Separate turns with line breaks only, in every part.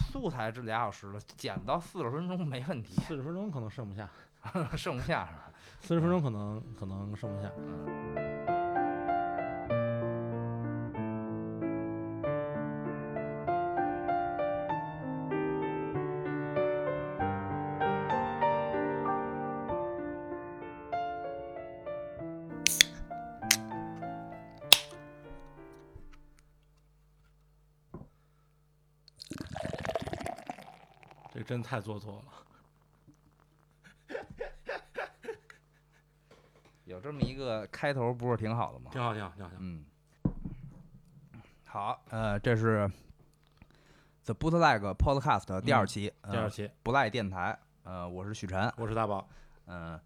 速才这俩小时了，减到四十分钟没问题，啊
四十分钟可能剩不下，
剩不下是吧？
四十分钟可能可能剩不下。嗯这真太做作了。
有这么一个开头，不是挺好的吗？
挺好，挺好，挺好，挺好。
嗯，好，呃，这是 The Bootleg Podcast 第二期，
嗯第二
呃
期，
不赖电台，呃，我是许晨，
我是大宝。
嗯、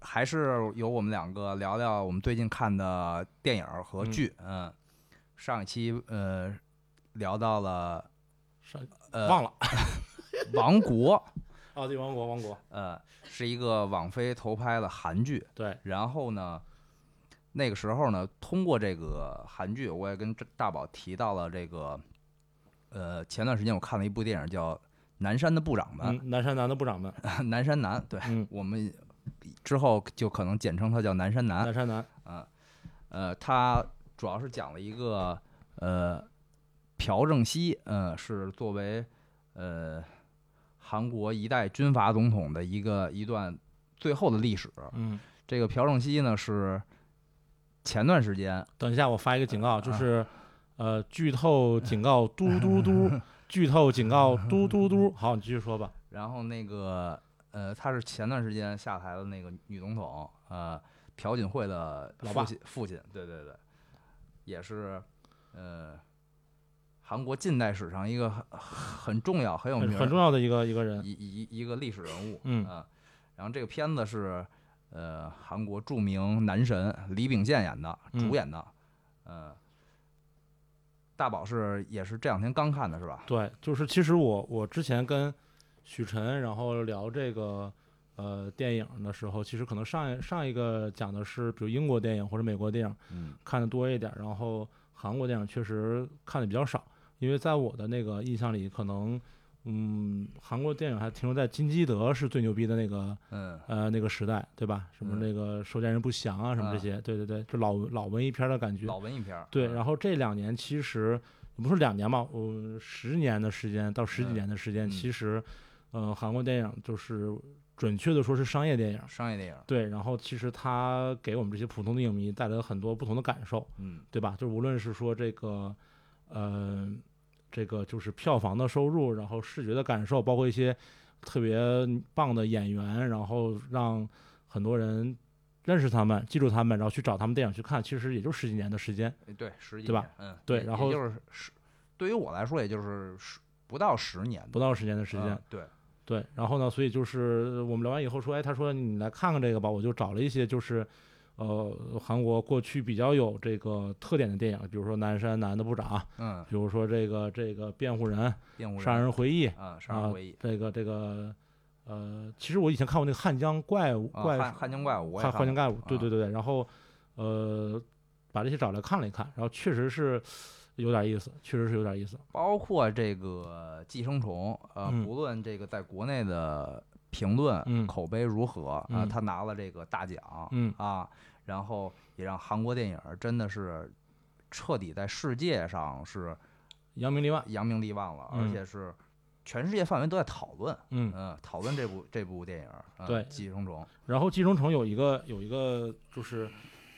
还是由我们两个聊聊我们最近看的电影儿和
嗯
剧，嗯、上一期呃聊到了
上
呃
忘了
《王国》，
啊，对，王国，王国，
呃，是一个网飞投拍的韩剧，
对，
然后呢，那个时候呢，通过这个韩剧，我也跟这大宝提到了这个，呃，前段时间我看了一部电影叫《南山的部长们
嗯，南山南的部长们，》，
南山南，对
嗯，
我们之后就可能简称它叫南山南
南，山南，
啊，呃，它主要是讲了一个呃，朴正熙，呃，是作为呃韩国一代军阀总统的一个一段最后的历史，
嗯，
这个朴正熙呢是前段时间，
等一下，我发一个警告，就是，呃，剧透警告， 嘟嘟嘟，剧透警告，嘟嘟 嘟。好，你继续说吧。
然后那个呃，他是前段时间下台的那个女总统，呃，朴槿惠的
老
父
爸
亲，父亲，对对对，也是呃，韩国近代史上一个很很重要、很有
很
名
很
儿
重要的一个一个人，
一一一个历史人物，
嗯
啊然后这个片子是呃韩国著名男神李秉宪演的，
嗯
主演的，呃，大宝是也是这两天刚看的是吧？
对，就是其实我我之前跟许晨，然后聊这个呃电影的时候，其实可能上一上一个讲的是比如英国电影或者美国电影
嗯
看的多一点，然后韩国电影确实看的比较少，因为在我的那个印象里，可能嗯韩国电影还停留在金基德是最牛逼的那个
嗯
呃那个时代，对吧？什么
嗯
那个收件人不详啊，什么这
啊
些，对对对，就老老文艺片儿的感觉，
老文艺片儿，
对，
嗯
然后这两年其实也不是两年吧，我十年的时间到十几
嗯
年的时间，
嗯
其实，呃，韩国电影就是准确的说是商业电影，
商业电影，
对，然后其实它给我们这些普通的影迷带来了很多不同的感受，
嗯
对吧？就是无论是说这个，呃，这个就是票房的收入，然后视觉的感受，包括一些特别棒的演员，然后让很多人认识他们、记住他们，然后去找他们电影去看，其实也就十几年的时间。
哎对，十几
对吧
年？嗯，
对
也
然后
也就是十，对于我来说，也就是十不到十年
不
的
到十年的时
嗯
间。
对，
对，然后呢，所以就是我们聊完以后说，哎，他说你来看看这个吧，我就找了一些就是，呃，韩国过去比较有这个特点的电影，比如说《南山南的部长》，
嗯，
比如说这个这个《辩护人》
辩护
《
人，
杀人回忆》
啊，杀
啊
人回忆，，
这个这个呃，其实我以前看过那个《汉江怪物》
啊
怪
汉汉江怪物，我也
汉汉江
过
怪物，对
啊
对对对，然后呃，把这些找来看了一看，然后确实是有点意思，确实是有点意思，
包括这个寄生虫，呃，
嗯
不论这个在国内的评论、
嗯
口碑如何啊、
嗯
他拿了这个大奖、
嗯
啊，然后也让韩国电影儿真的是彻底在世界上是
扬名立万，
扬名立万了，
嗯
而且是全世界范围都在讨论，
嗯
嗯、。讨论这部这部电影儿，呃
对
寄生虫，
然后寄生虫有一个有一个就是，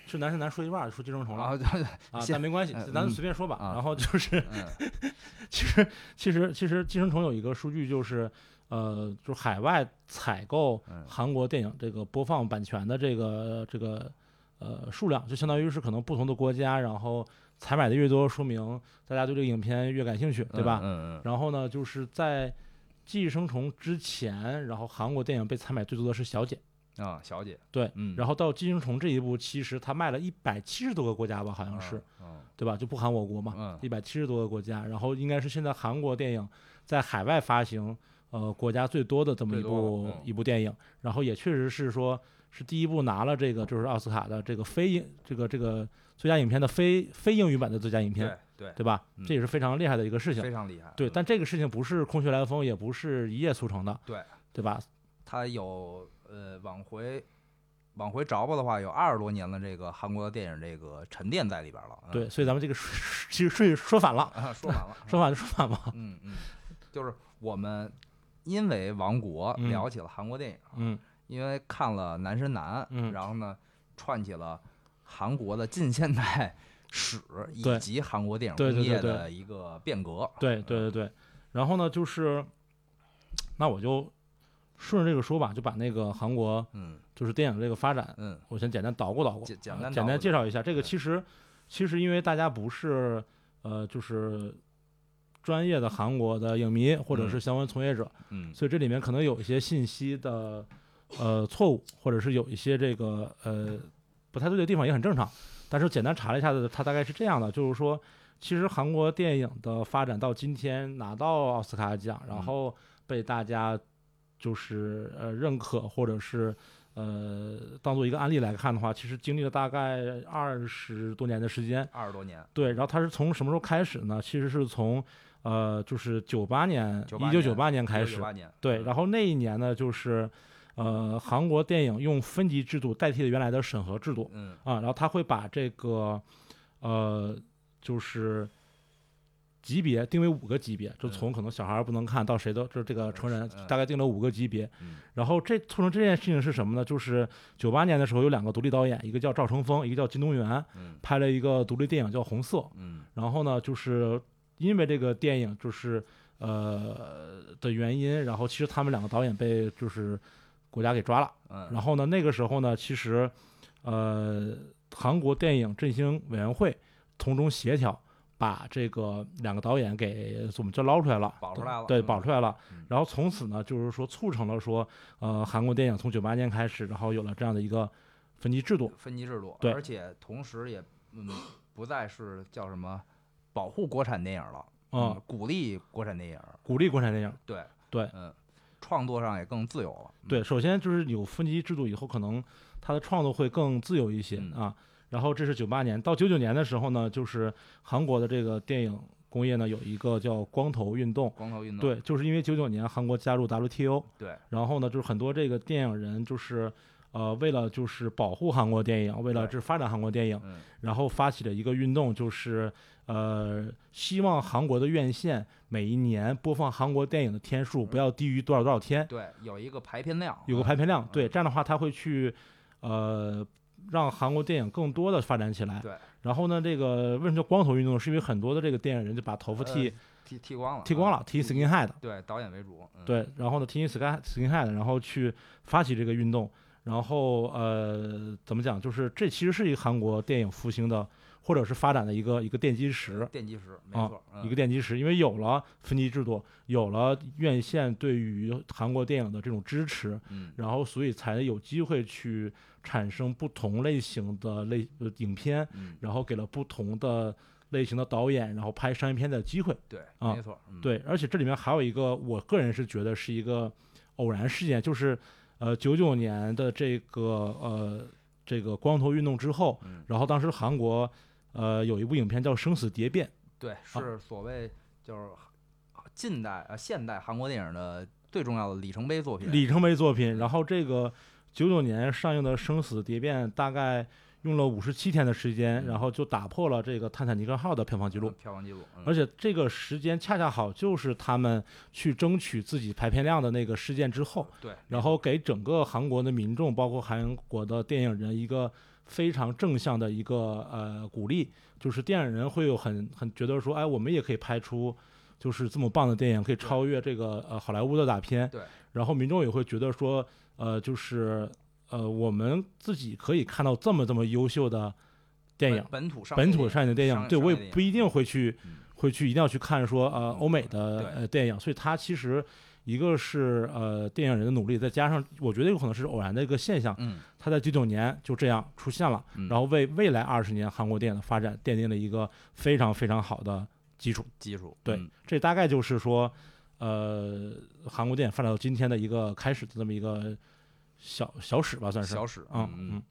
是男是男说一半儿说寄生虫
然
了
后就
啊，
先
但没关系
呃，
咱
嗯
随便说吧。
啊
然后就是，
嗯
其实其实其实寄生虫有一个数据就是，呃，就是海外采购
嗯
韩国电影这个播放版权的这个这个呃数量，就相当于是可能不同的国家，然后采买的越多，说明大家对这个影片越感兴趣，对吧？
嗯嗯
然后呢，就是在寄生虫之前，然后韩国电影被采买最多的是《小姐》。
嗯啊，小姐，
对
嗯，
然后到《寄生虫》这一步，其实它卖了一百七十多个国家吧，好像
嗯
是，，
嗯
对吧？就不含我国嘛，
嗯
一百七十多个国家。然后应该是现在韩国电影在海外发行，呃，国家最多的这么
最
一
多了
部
嗯
一部电影。然后也确实是说，是第一部拿了这个就是奥斯卡的这个非英这个这个最佳影片的非非英语版的最佳影片，
对对，
对吧
嗯？
这也是非常厉害的一个事情。
非常厉害。
对，
嗯
但这个事情不是空穴来风，也不是一夜促成的，
对
对吧？
他有呃往回往回找吧的话，有二十多年的这个韩国的电影这个沉淀在里边了。嗯
对，，所以咱们这个其实顺序说反了，
啊说完了，
说反就说反吧。
嗯嗯，就是我们因为《王国》
嗯
聊起了韩国电影，
嗯
因为看了《男神男》，
嗯
然后呢串起了韩国的近现代史以
对
及韩国电影
对
工
对对
业
对
的一个变革。
对对对对。然后呢，就是那我就顺着这个说吧，就把那个韩国
嗯
就是电影这个发展，
嗯
我先简单捣鼓捣鼓，
简简
啊
单
简
捣
单
鼓
介绍一下。这个
对
其实其实因为大家不是呃就是专业的韩国的影迷或者
嗯
是相关从业者，
嗯
所以这里面可能有一些信息的呃错误，或者是有一些这个呃不太对的地方也很正常。但是简单查了一下子，它大概是这样的，就是说，其实韩国电影的发展到今天拿到奥斯卡奖，
嗯
然后被大家就是呃认可，或者是呃当做一个案例来看的话，其实经历了大概二十多年的时间。
二十多年，
对，然后它是从什么时候开始呢？其实是从呃就是九八年，
98
一九九八年开
九
始，
八年，
对，然
后
后那一年呢，就是呃，韩国电影用分级制度代替了原来的审核制度
嗯
啊，然后他会把这个呃，就是级别定为五个级别，就
嗯
从可能小孩儿不能看到谁都，就是这个
嗯
成人
是嗯
大概定了五个级别。
嗯
然后这促成这件事情是什么呢？就是九八年的时候有两个独立导演，一个叫赵成风，一个叫金东元，
嗯
拍了一个独立电影叫《红色》。
嗯
然后呢，就是因为这个电影就是呃的原因，然后其实他们两个导演被就是国家给抓了。
嗯，
然后呢，那个时候呢，其实呃韩国电影振兴委员会从中协调。把这个两个导演给怎么就捞出来了，
保出来了
对，
嗯
保出来了
嗯。
然后从此呢，就是说促成了说，呃，韩国电影从九八年开始，然后有了这样的一个分级制度。
分级制度，
对
而且同时也嗯不再是叫什么保护国产电影了，
嗯，
鼓励国产电影，
鼓励国产电影。
对
对
嗯，创作上也更自由了，嗯
对，，首先就是有分级制度以后，可能它的创作会更自由一些
嗯
啊。然后这是九八年到九九年的时候呢，就是韩国的这个电影工业呢有一个叫光头运动，
光头运动，
对，就是因为九九年韩国加入 WTO，
嗯对
然后呢就是很多这个电影人就是呃为了就是保护韩国电影，为了
对
就是发展韩国电影，
嗯
然后发起了一个运动，就是呃希望韩国的院线每一年播放韩国电影的天数
嗯
不要低于多少多少天。
对，有一个排片量，
有个
嗯
排片量，对，这样的话他会去，呃，让韩国电影更多的发展起来。
对，
然后呢，这个为什么叫光头运动？是因为很多的这个电影人就把头发剃、
呃剃剃光了，
剃光
嗯
了，剃 skinhead 的，
对导演为主，嗯，
对，然后呢，剃 skin skinhead，然后去发起这个运动，然后呃，怎么讲？就是这其实是一个韩国电影复兴的或者是发展的一个一个奠基石。
电击师没
啊
错，嗯
一个
电
奠基石，因为有了分级制度，有了院线对于韩国电影的这种支持，
嗯
然后所以才有机会去产生不同类型的类呃影片，
嗯
然后给了不同的类型的导演，然后拍商业片的机会。
对
啊
没错，嗯，
对，而且这里面还有一个，我个人是觉得是一个偶然事件，就是呃九九年的这个呃这个光头运动之后，
嗯
然后当时韩国呃有一部影片叫《生死蝶变》，
对
啊
是所谓就是近代呃现代韩国电影的最重要的里程碑作品，
里程碑作品。然后这个九九年上映的《生死蝶变》大概用了五十七天的时间，
嗯
然后就打破了这个《泰坦尼克号》的票房记录
嗯。票房记录，嗯
而且这个时间恰恰好就是他们去争取自己排片量的那个事件之后，
对，
然后给整个韩国的民众，包括韩国的电影人一个非常正向的一个呃鼓励，就是电影人会有很很觉得说，哎，我们也可以拍出就是这么棒的电影，可以超越这个呃好莱坞的大片。
对。
然后民众也会觉得说，呃，就是呃我们自己可以看到这么这么优秀的电影
本，本土上
本
映
土上映的电影，
商
对
商
我
业
也
电影
不一定会去
嗯
会去一定要去看说呃
嗯
欧美的
对
呃电影，所以它其实一个是呃电影人的努力，再加上我觉得有可能是偶然的一个现象，
嗯，
它在九九年就这样出现了，
嗯
然后为未来二十年韩国电影的发展奠定了一个非常非常好的基础。
技术
对，
嗯
这大概就是说，呃，韩国电影发展到今天的一个开始的这么一个小小史吧，算是
小史，
啊，
嗯
嗯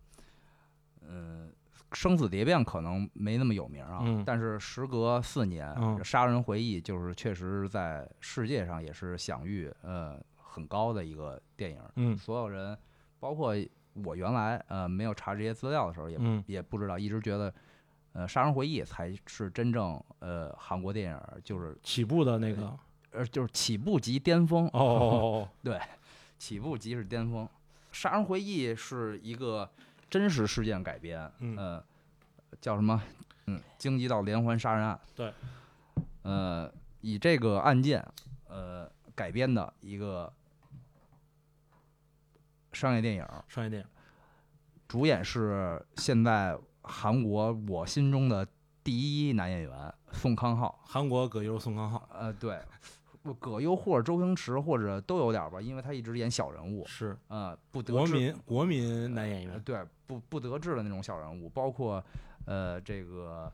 嗯，生死蝶变可能没那么有名啊，
嗯
但是时隔四年，
嗯
杀人回忆》就是确实在世界上也是享誉呃很高的一个电影，
嗯
所有人，包括我原来呃没有查这些资料的时候也，也、
嗯
不知道，一直觉得。呃，《杀人回忆》才是真正呃韩国电影就是
起步的那个哦
呃就是起步及巅峰
哦哦
起步即是巅峰。《杀人回忆》是一个真实事件改编，
嗯
呃，叫什么？嗯，京畿道连环杀人案。
对，
呃，以这个案件，呃，改编的一个商业电影，
哦， 商业电影，
主演是现在韩国我心中的第一男演员宋康昊。
韩国葛优、宋康昊
呃，对，葛优或者周星驰或者都有点儿吧，因为他一直演小人物，
是
呃，不得
国
志
民国民男演
呃
员，
对，不不得志的那种小人物，包括呃这个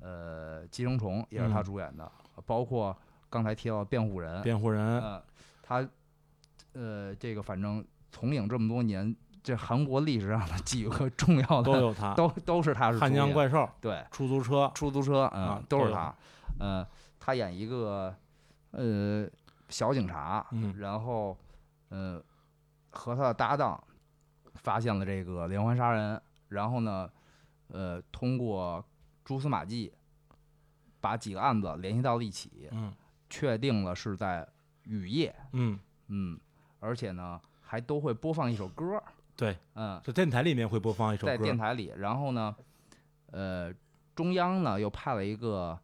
呃寄生虫也是他
嗯
主演的，包括刚才提到的辩护人，
辩护人，
呃，他呃这个反正从影这么多年，这韩国历史上的几个重要
都
的
有 他，
都都是他是
汉
主
江
演
怪兽、
对
出租车，
出租车嗯、
啊
都
都
是
有
他，呃他演一个呃小警察，
嗯
然后，呃，和他的搭档发现了这个连环杀人，然后呢，呃，通过蛛丝马迹把几个案子联系到了一起，
嗯
确定了是在雨夜，
嗯，
嗯，而且呢还都会播放一首歌，
对，
嗯，
在电台里面会播放一首
在电
歌，
台里，然后呢，呃，中央呢又派了一个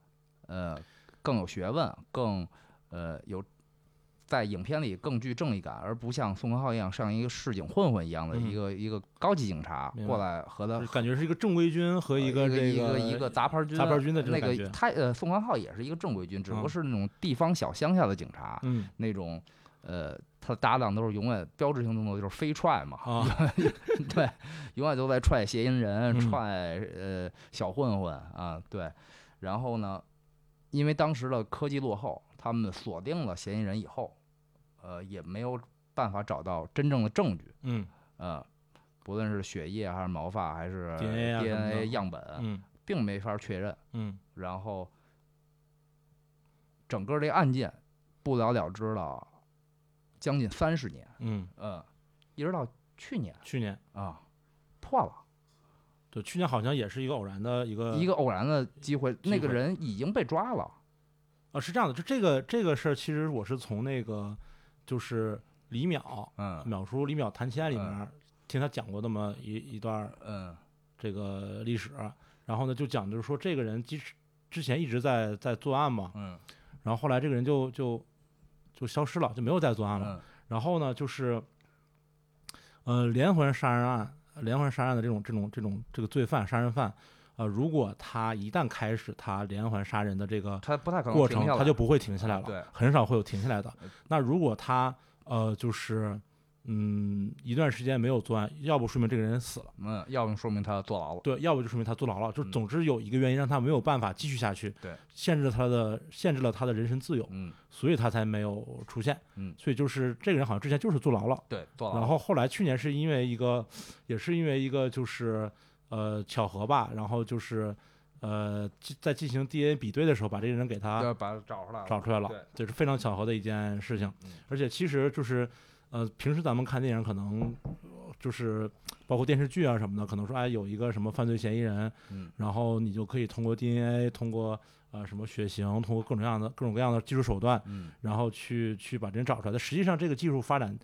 呃更有学问、更呃有在影片里更具正义感，而不像宋康昊一样像一个市井混混一样的一
嗯
个、一个高级警察
明
过
白
来和他
就是。感觉是一个正规军和
呃一
个
个
这
一个一个杂牌军，
杂牌军的这
那
种感
个
觉
他呃，宋康昊也是一个正规军，只不过
嗯
是那种地方小乡下的警察，
嗯
那种呃，他的搭档都是永远标志性动作就是飞踹嘛，
啊，
对，永远都在踹谐音人，
嗯
踹呃小混混啊，对。然后呢，因为当时的科技落后，他们锁定了嫌疑人以后，呃，也没有办法找到真正的证据，
嗯
呃，不论是血液啊还是毛发还是
DNA 啊什么的
DNA 样本，
嗯
并没法确认。
嗯
然后，整个这案件不了了之了，将近三十年，
嗯，
嗯，一直到去年
去年。
啊，破了。
对，去年好像也是一个偶然的一个
一个偶然的机会，那
嗯机
个
会
人已经被抓了。
啊，是这样的，就这个这个事儿，其实我是从那个就是李淼
嗯
淼叔李淼谈七爱里面
嗯
儿听他讲过那么一一段儿
嗯
这个历史，然后呢就讲就是说这个人即使之前一直在在作案嘛，
嗯
然后后来这个人就就就消失了，就没有再作案了。
嗯
然后呢就是呃连环杀人案，连环杀人案的这种这种这种这个罪犯杀人犯。呃，如果他一旦开始他连环杀人的这个
他不太可能
过
停
程，
下
它
来
就不会停下来
啊
了，
对嗯
很少会有停下来的。那如果他呃，就是嗯，一段时间没有作案，要不说明这个人死了，
嗯，要么说明他坐牢了。
对，要不就说明他坐牢了，就
嗯
总之有一个原因让他没有办法继续下去，
对，
限制了他的限制了他的人身自由，
嗯
所以他才没有出现。
嗯哦
所以就是这个人好像之前就是坐牢了，
对，坐牢了。
然后后来去年是因为一个，也是因为一个就是呃巧合吧，然后就是。呃，进在进行 DNA 比对的时候，把这个人给他
要把他找出来了。
找出来
对
了，这是非常巧合的一件事情
嗯。
而且其实就是，呃，平时咱们看电影可能呃就是包括电视剧啊什么的，可能说哎有一个什么犯罪嫌疑人，
嗯
然后你就可以通过 DNA，通过呃什么血型，通过各种各样的各种各样的技术手段，
嗯
然后去去把这人找出来。但实际上这个技术发展，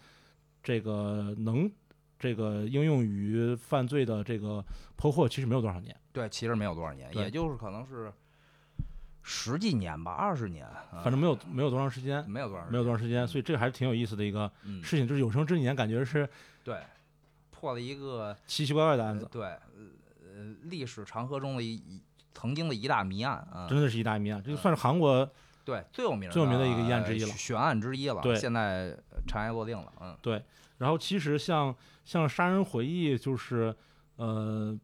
这个能这个应用于犯罪的这个破获其实没有多少年。
对，其实没有多少年，
对
也就是可能是十几年吧，二十年，啊
反正没有没有多长时间，
没有多少，
没有多长时间，所以这个还是挺有意思的一个
嗯
事情，就是有生之年感觉是
对，破了一个
奇奇怪怪的案
呃
子，
对呃历史长河中的一一曾经的一大谜案啊。
真的是一大谜案，这个算是韩国
对，最有名呃
最有名的一个一案之一了
悬案之一了。
对
现在呃尘埃落定了。嗯
对。然后其实像像《杀人回忆》，就是呃，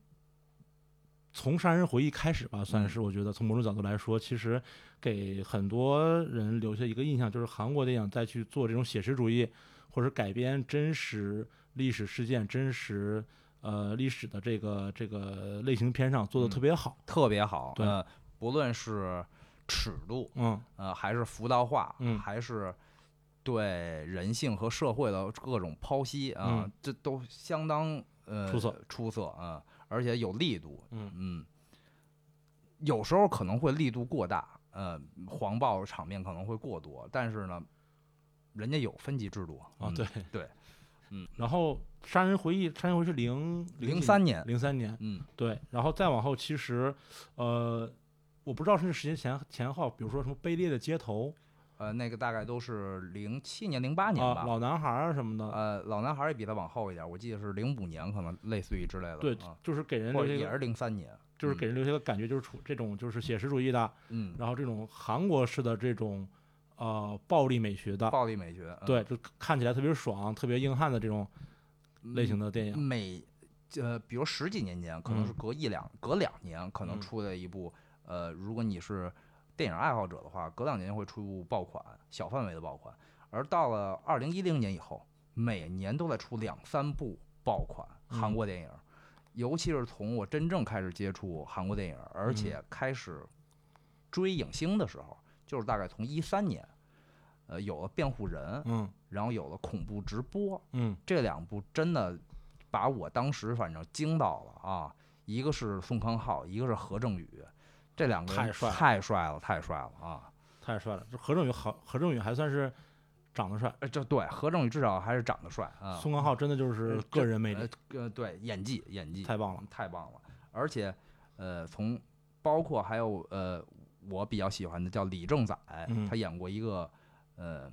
从《杀人回忆》开始吧，
嗯
算是我觉得从某种角度来说，其实给很多人留下一个印象，就是韩国电影再去做这种写实主义或者改编真实历史事件、真实呃历史的这个这个类型片上做
嗯
的特别好。
特别好。
对
呃，不论是尺度，
嗯
呃，还是辅导化，
嗯
还是对人性和社会的各种剖析啊，
嗯
这都相当呃
出色
出色啊、而且有力度，
嗯
嗯，有时候可能会力度过大，呃，黄暴场面可能会过多，但是呢，人家有分级制度
啊，
嗯
对
对，嗯。
然后《杀人回忆》，《杀人回忆》是零
零三年，
零三年，
嗯
对，然后再往后，其实，呃，我不知道是时间前前后，比如说什么卑劣的街头
呃，那个大概都是零七年、零八年吧
啊，，老男孩儿什么的，
呃，老男孩儿也比他往后一点儿，我记得是零五年，可能类似于之类的。
对
啊，
就是给人
或
留
者
下一
也
个，
是零三年，
就是
嗯
给人留下一个感觉，就是处这种就是写实主义的，
嗯，
然后这种韩国式的这种呃暴力美学的，
暴力美学，嗯
对，就看起来特别爽、特别硬汉的这种
嗯
类型的电影，
每呃，比如十几年间，可能是
嗯
隔一两隔两年可能
嗯
出的一部，呃，如果你是电影爱好者的话，隔两年会出一部爆款，小范围的爆款。而到了二零一零年以后，每年都在出两三部爆款韩
嗯
国电影，尤其是从我真正开始接触韩国电影，而
嗯
且开始追影星的时候，就是大概从一三年，呃，有了辩护人，
嗯
然后有了恐怖直播，
嗯
这两部真的把我当时反正惊到了啊！一个是宋康昊，一个是何正宇，这两个人
太帅了
太帅了，太帅了啊！
太帅了，这何正宇好，何正宇还算是长得帅，
呃，这对何正宇至少还是长得帅啊，
宋康昊真的就是
呃
个
这
人魅
呃
力
呃对演技演技
太棒了，
太棒了，而且呃从包括还有呃我比较喜欢的叫李正宰，
嗯
他演过一个呃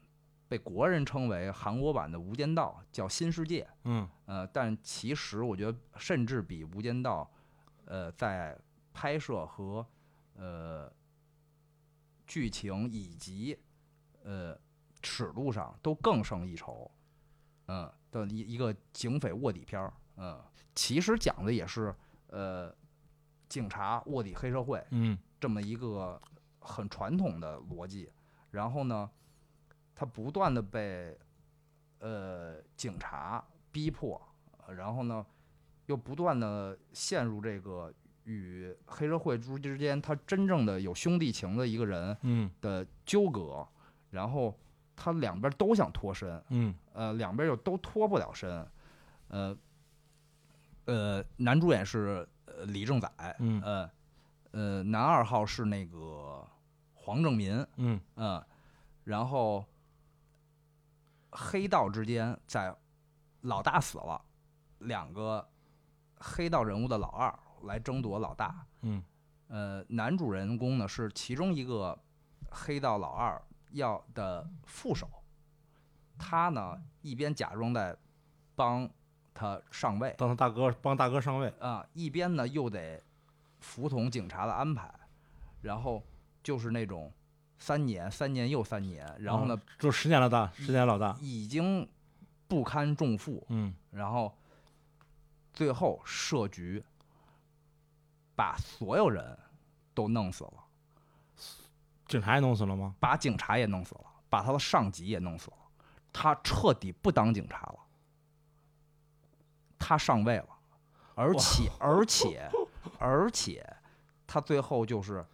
被国人称为韩国版的《无间道》，叫《新世界》。
嗯
呃，但其实我觉得，甚至比《无间道》呃在拍摄和呃剧情以及呃尺度上都更胜一筹，嗯、的一一个警匪卧底片儿，嗯、其实讲的也是呃警察卧底黑社会
嗯。
这么一个很传统的逻辑，然后呢，他不断的被呃警察逼迫，呃然后呢，又不断的陷入这个与黑社会之之间他真正的有兄弟情的一个人
嗯
的纠葛，然后他两边都想脱身，
嗯
呃，两边又都脱不了身，呃，呃，男主演是呃李正宰，
嗯
呃，呃，男二号是那个黄正民，
嗯
嗯、然后黑道之间在老大死了，两个黑道人物的老二来争夺老大，
嗯
呃，男主人公呢是其中一个黑道老二要的副手，他呢一边假装在帮他上位，
当他大哥帮大哥上位，
啊，一边呢又得服从警察的安排，然后就是那种三年、三年又三年，然后呢、
就十年老大，十年老大，
已经不堪重负，
嗯
然后最后设局把所有人都弄死了，
警察也弄死了吗？
把警察也弄死了，把他的上级也弄死了，他彻底不当警察了，他上位了，而
哇
且而且而且，他最后就是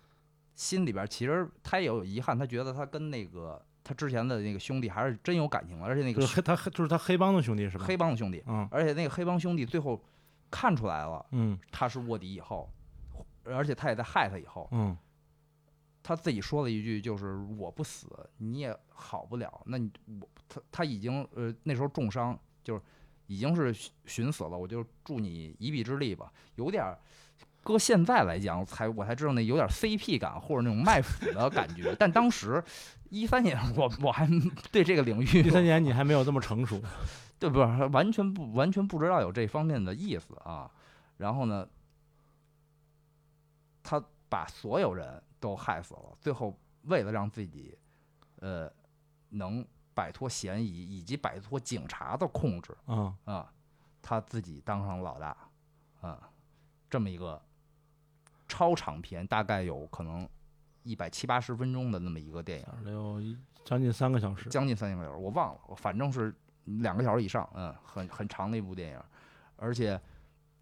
心里边其实他也有遗憾，他觉得他跟那个他之前的那个兄弟还是真有感情的，而且那
就
个
是黑他黑就是他黑帮的兄弟是吧？
黑帮的兄弟，
嗯
而且那个黑帮兄弟最后看出来了
嗯
他是卧底以后，而且他也在害他以后，
嗯
他自己说了一句，就是我不死，你也好不了。那你我他他已经呃那时候重伤，就是已经是寻寻死了，我就助你一臂之力吧。有点儿搁现在来讲，才我才知道那有点 CP 感或者那种卖腐的感觉。但当时一三年我，我还 对这个领域
第三年你还没有这么成熟，
对不是完全不完全不知道有这方面的意思啊。然后呢，他把所有人都害死了，最后为了让自己呃能摆脱嫌疑以及摆脱警察的控制
嗯，
啊，他自己当上老大啊，这么一个超长篇，大概有可能一百七八十分钟的那么一个电影。
得有一将近三个小时，
将近三个小时，我忘了，我反正是两个小时以上，嗯，很很长的一部电影，而且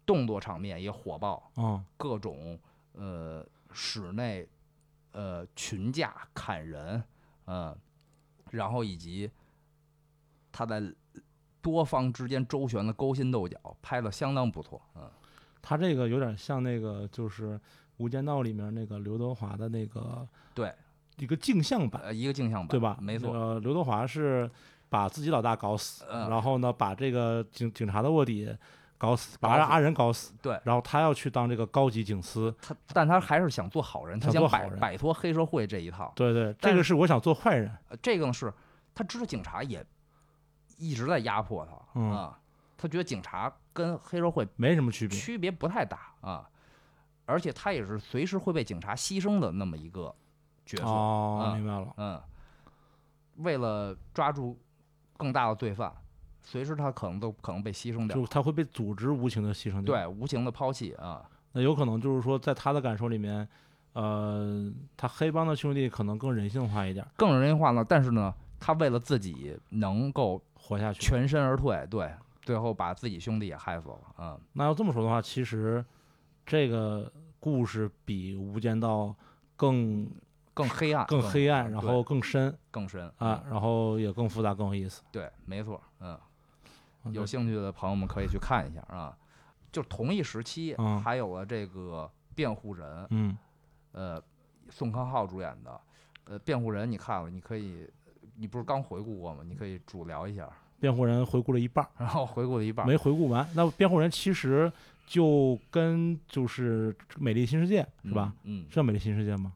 动作场面也火爆，
啊
各种呃室内呃群架砍人，嗯、然后以及他在多方之间周旋的勾心斗角，拍的相当不错，嗯，
他这个有点像那个就是《无间道》里面那个刘德华的那个
对
一个镜像版，
呃，一个镜像版，
对吧？
没错，
呃，刘德华是把自己老大搞死，
嗯
然后呢把这个警警察的卧底搞死，把
搞死
阿人搞死，
对
然后他要去当这个高级警司，
他但他还是想做好人，他想
想做
摆
好人
摆脱黑社会这一套，
对对，
但
这
是
个是我想做坏人，
呃这更是他知道警察也一直在压迫他、
嗯
啊，他觉得警察跟黑社会
没什么区别，
区别不太大啊，而且他也是随时会被警察牺牲的那么一个角色，
哦，
嗯
明白了，
嗯，为了抓住更大的罪犯，随时他可能都可能被牺牲掉
就，他会被组织无情的牺牲掉，
对，无情的抛弃啊，
那有可能就是说在他的感受里面，呃，他黑帮的兄弟可能更人性化一点，
更人性化呢，但是呢，他为了自己能够
活下去。
全身而退，对，最后把自己兄弟也害死了，嗯。
那要这么说的话，其实这个故事比《无间道》更
更黑暗，
更黑暗，然
对嗯
后更深
更深
啊，，然后也更复杂，更有意思。
嗯对，没错，嗯，
嗯
有
对
兴趣的朋友们可以去看一下啊。就同一时期
嗯，
还有了这个辩护人，
嗯，
呃，宋康昊主演的，呃，辩护人你看了，你可以，你不是刚回顾过吗？你可以主聊一下，
辩护人回顾了一半儿，
然后回顾了一半，
没回顾完。那辩护人其实就跟就是《美丽新世界》是吧？？
嗯，
是叫《美丽新世界》吗？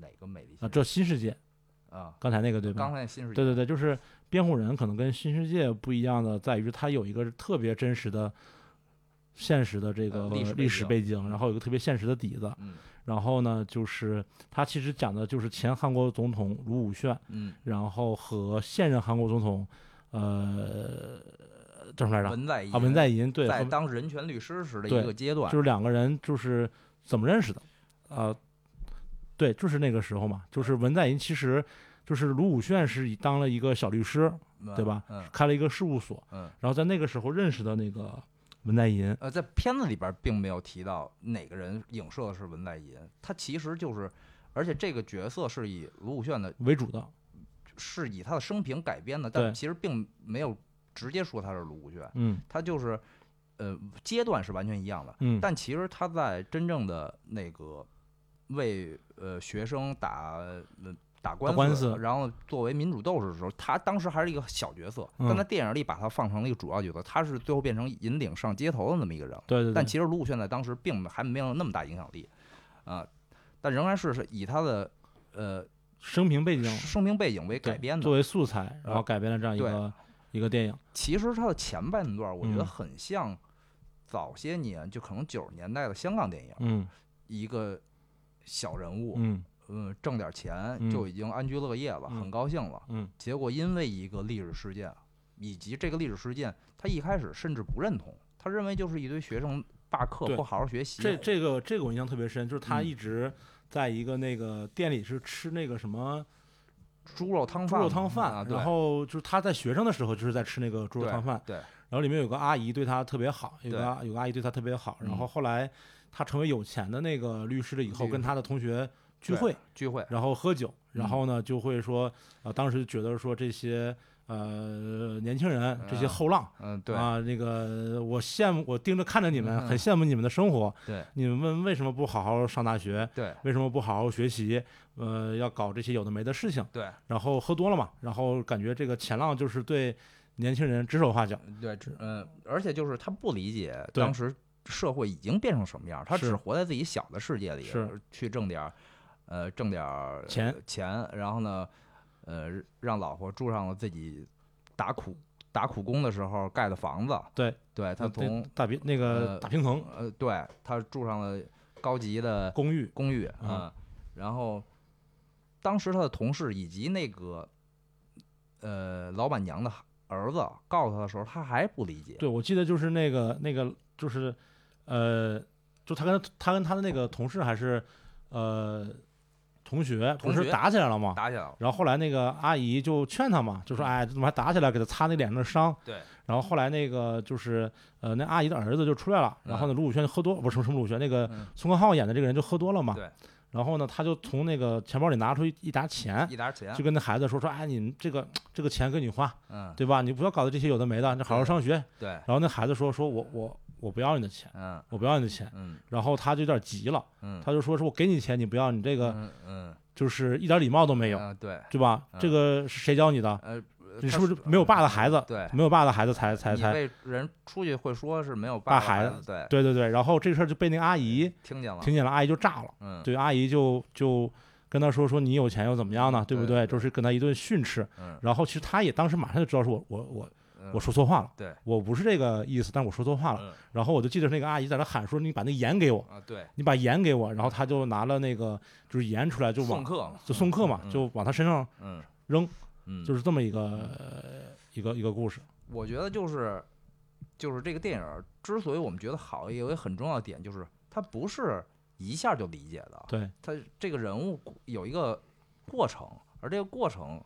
哪个美丽
啊，这新世界，
啊？
刚才那个对吧？
刚才那新世界
对对对，就是辩护人可能跟新世界不一样的，在于他有一个特别真实的、现实的这个
呃历史背景
历史背景，然后有一个特别现实的底子。
嗯
然后呢，就是他其实讲的就是前韩国总统卢武铉，
嗯，
然后和现任韩国总统，呃，叫什么来着？
文在寅
啊，文在寅，对，
在
和
当人权律师时的一
对
个阶段，
就是两个人就是怎么认识的，呃，对，就是那个时候嘛，就是文在寅其实就是卢武铉是以当了一个小律师，
嗯
对吧
嗯
开了一个事务所，
嗯。
然后在那个时候认识的那个文在寅，
呃，在片子里边儿并没有提到哪个人影射的是文在寅，他其实就是，而且这个角色是以卢武铉的，
为主的，
是以他的生平改编的，但
对
其实并没有直接说他是卢武铉，
嗯
他就是，呃，阶段是完全一样的，
嗯，
但其实他在真正的那个为呃学生打呃打官
官司
然后作为民主斗士的时候，他当时还是一个小角色，但
嗯
在电影里把他放成了一个主要角色，他是最后变成引领上街头的那么一个人。
对对对，
但其实卢武铉在当时并没还没有那么大影响力，啊、但仍然是是以他的呃
生平背景
生平背景为
对
改编
作
的。啊
为素材，然后改编了这样一
对
个一个电影，
其实他的前半段，我觉得
嗯
很像早些年就可能九十年代的香港电影，
嗯
一个小人物，
嗯
嗯，挣点钱
嗯
就已经安居乐业了，很
嗯
高兴了。
嗯
结果因为一个历史事件，以及这个历史事件，他一开始甚至不认同，他认为就是一堆学生罢课
对
不好好学习，
这这个这个我印象特别深，就是他
嗯
一直在一个那个店里是吃那个什么
猪肉汤
猪
饭嘛，
肉汤饭，
啊，对
然后就是他在学生的时候就是在吃那个猪肉
对
汤饭，
对，
然后里面有个阿姨对他特别好，有
对
个阿有个阿姨对他特别好，然后
嗯
后来他成为有钱的那个律师了以后，
律
跟
师
他的同学聚
对
会，
聚会，
然后喝酒，然
嗯
后呢就会说，呃，当时觉得说这些呃年轻人这些
嗯
后浪。
嗯，对，
啊，那个我羡慕，我盯着看着你们，
嗯
很羡慕你们的生活。
对，
你们为什么不好好上大学？
对，
为什么不好好学习？呃，要搞这些有的没的事情。
对，
然后喝多了嘛，然后感觉这个前浪就是对年轻人指手画脚。
对，嗯，而且就是他不理解
对
当时社会已经变成什么样，他
是
只活在自己小的世界里
是，
去挣点儿，呃，挣点儿
钱
呃钱，然后呢，呃，让老婆住上了自己打苦打苦工的时候盖的房子，
对，
对他
那对
从
大平那个
呃
大平层
呃，对他住上了高级的
公寓，
公寓，
嗯
嗯，然后当时他的同事以及那个呃老板娘的儿子告诉他的时候，他还不理解，
对我记得就是那个那个就是，呃，就他跟他跟他的那个同事还是，呃，同学不
同
是
学
打起来了吗？
打起来了，
然后后来那个阿姨就劝他嘛，就说：“哎，这怎么还打起来？给他擦那脸上的伤。”
嗯对。
然后后来那个就是呃，那阿姨的儿子就出来了，然后呢，卢武铉喝多，不是什么什么卢武铉，那个
嗯
宋康昊演的这个人就喝多了嘛。
对。
然后呢，他就从那个钱包里拿出一一沓钱，
一沓钱
就，跟那孩子说：“说哎，你这个这个钱给你花，
嗯，
对吧？你不要搞的这些有的没的，你好好
对
上学。”
对，
然后那孩子说：“说我我我不要你的钱，
嗯
我不要你的钱。”
嗯
然后他就有点急了，
嗯，
他就说：“是我给你钱，你不要，你这个
嗯嗯
就是一点礼貌都没有，
嗯对，
对吧？这
嗯
个是谁教你的？”
呃，
你
他嗯
是不是没有爸的孩子？
对，
没有爸的孩子才才
你
才
被人出去会说是没有
爸
爸
孩
孩
子
子，对，
对对对。然后这事儿就被那个阿姨
听见了，
听见了，阿姨就炸了。
嗯，
对，阿姨就就跟他说说你有钱又怎么样呢？对不
嗯对对
就是跟他一顿训斥。
嗯，
然后其实他也当时马上就知道是我我我
嗯，
我说错话了，
对
我不是这个意思，但我说错话了。
嗯
然后我就记得是那个阿姨在那喊说你把那盐给我，
啊，对，
你把盐给我。然后他就拿了那个就是盐出来就
送
往
客嘛，
就送客嘛，
嗯
就往他身上
嗯
扔，
嗯，哦
就是这么一个呃一个一个故事。
我觉得就是就是这个电影儿之所以我们觉得好，有一个很重要的点就是它不是一下就理解的，
对
它这个人物有一个过程，而这个过程，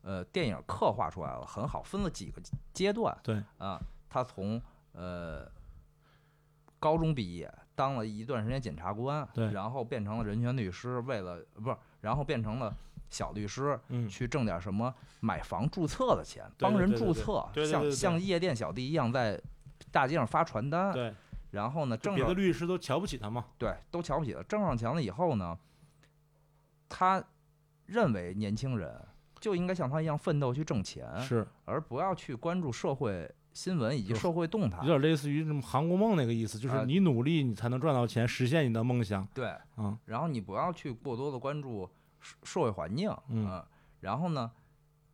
呃，电影刻画出来了，很好，分了几个阶段。
对
啊，他从呃高中毕业，当了一段时间检察官，
对
然后变成了人权律师，为了不是，然后变成了小律师，
嗯，
去挣点什么买房注册的钱，
对对
帮人
对对
注册，
对对对
像
对对
像夜店小弟一样在大街上发传单，
对。
然后呢，
就
挣
别
着
的律师都瞧不起他嘛。
对都瞧不起了，挣上钱了以后呢，他认为年轻人就应该像他一样奋斗去挣钱，
是
而不要去关注社会新闻以及
就是
社会动态
有。点类似于什么韩国梦那个意思，就是
啊
你努力你才能赚到钱，实现你的梦想。
对，
嗯，
然后你不要去过多的关注社社会环境，
嗯
呃然后呢，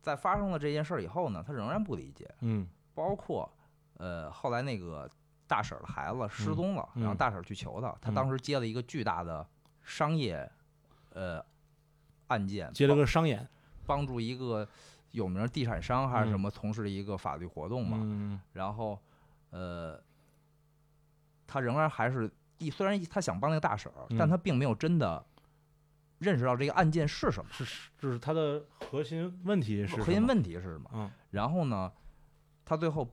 在发生了这件事儿以后呢，他仍然不理解，
嗯
包括呃后来那个大婶儿的孩子失
嗯
踪了，然后
嗯
大婶儿去求他，他
嗯
当时接了一个巨大的商业呃案件，
接了个商演
帮助一个有名儿地产商还是什
嗯
么从事了一个法律活动嘛，
嗯，
然后呃，他仍然还是一虽然他想帮那个大婶儿，但
嗯
他并没有真的认识到这个案件是什么，
是是，就是它的核心问题是
核心问题是什么。
嗯
然后呢，他最后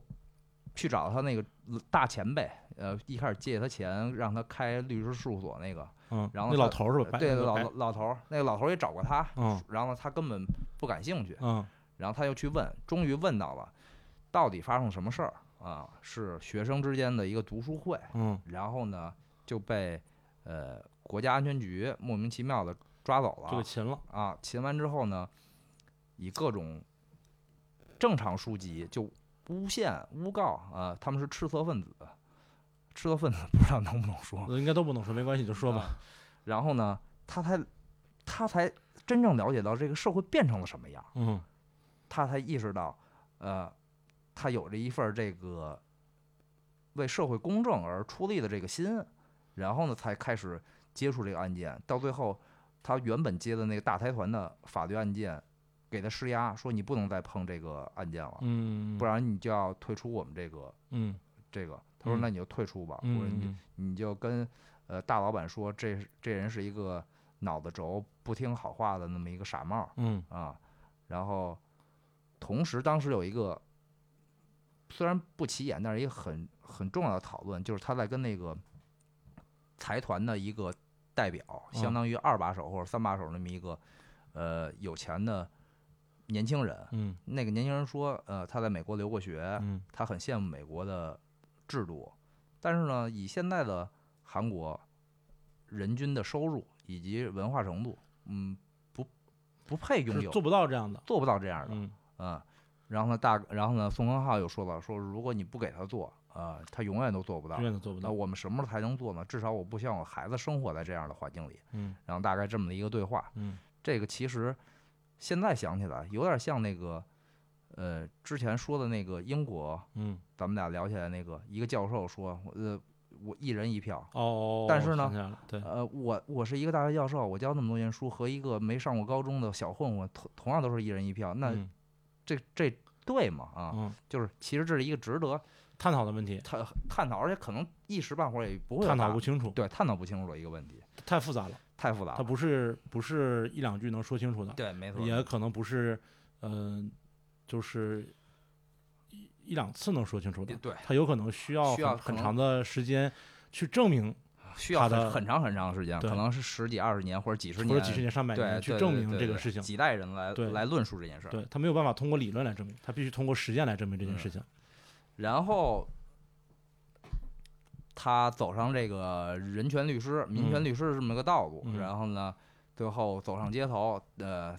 去找他那个大前辈，呃，一开始借他钱让他开律师事务所那个，
嗯，
然后
那
他
老头儿是吧？白
对
那个
老
白
老头儿，那个老头儿也找过他，
嗯
然后他根本不感兴趣，
嗯
然后他又去问，终于问到了，到底发生什么事儿啊？是学生之间的一个读书会，
嗯
然后呢就被呃国家安全局莫名其妙的抓走
就
了
给擒了。
啊。擒完之后呢，以各种正常书籍就诬陷、诬告啊，他们是赤色分子，赤色分子不知道能不能说，
应该都不能说，没关系，就说吧。
啊然后呢，他才他才真正了解到这个社会变成了什么样，
嗯，
他才意识到，呃，他有着一份儿这个为社会公正而出力的这个心，然后呢，才开始接触这个案件。到最后，他原本接的那个大财团的法律案件，给他施压，说你不能再碰这个案件了，
嗯，
啊不然你就要退出我们这个
嗯
这个。他说：“
嗯
那你就退出吧，或者啊你就
嗯
你就跟呃大老板说这这人是一个脑子轴、不听好话的那么一个傻帽。”
嗯
啊，然后同时当时有一个虽然不起眼，但是一个很很重要的讨论，就是他在跟那个财团的一个代表，相
嗯
当于二把手或者三把手那么一个呃有钱的年轻人。
嗯
那个年轻人说，呃，他在美国留过学，
嗯
他很羡慕美国的制度，但是呢，以现在的韩国人均的收入以及文化程度，嗯，不不配
嗯，
拥
是
有，
做不到这样的。
做不到这样的，
嗯
嗯。然后呢，大，然后呢，宋康昊又说了，说如果你不给他做，啊、他永远都做不到
永。远都做不
那
到。
我们什么时候才能做呢？至少我不希望我孩子生活在这样的环境里。
嗯
然后大概这么的一个对话，
嗯
这个其实现在想起来有点像那个，呃，之前说的那个英国，
嗯，
咱们俩聊起来那个，一个教授说，呃，我一人一票。
哦，
但是呢
想起来了，对，
呃，我我是一个大学教授，我教那么多年书，和一个没上过高中的小混混，同同样都是一人一票，那
嗯
这这对吗？啊，
嗯，
就是其实这是一个值得
探讨的问题，
探探讨，而且可能一时半会儿也不会有啊
探
答
讨不清楚，
对探讨不清楚的一个问题。
太复杂了。
太复杂了。
它不是不是一两句能说清楚的，
啊对，没错，
也可能不是，嗯、就是一一两次能说清楚的，
对，
它有可能需要
需要
很
可
很
能
长的时间去证明
需要
它的
很很长很长的时间，
对
可能是十几二十年或者几十年，
或者几十年、上百
对
年去
对
证
对
明
对
这个
对
事情。
几代人来
对
来论述这件事儿。
对他没有办法通过理论来证明，他必须通过实践来证明这件
嗯
事情。
然后他走上这个人权律师、民权
嗯
律师这么个道路，
嗯
然后呢，最后走上街头，呃，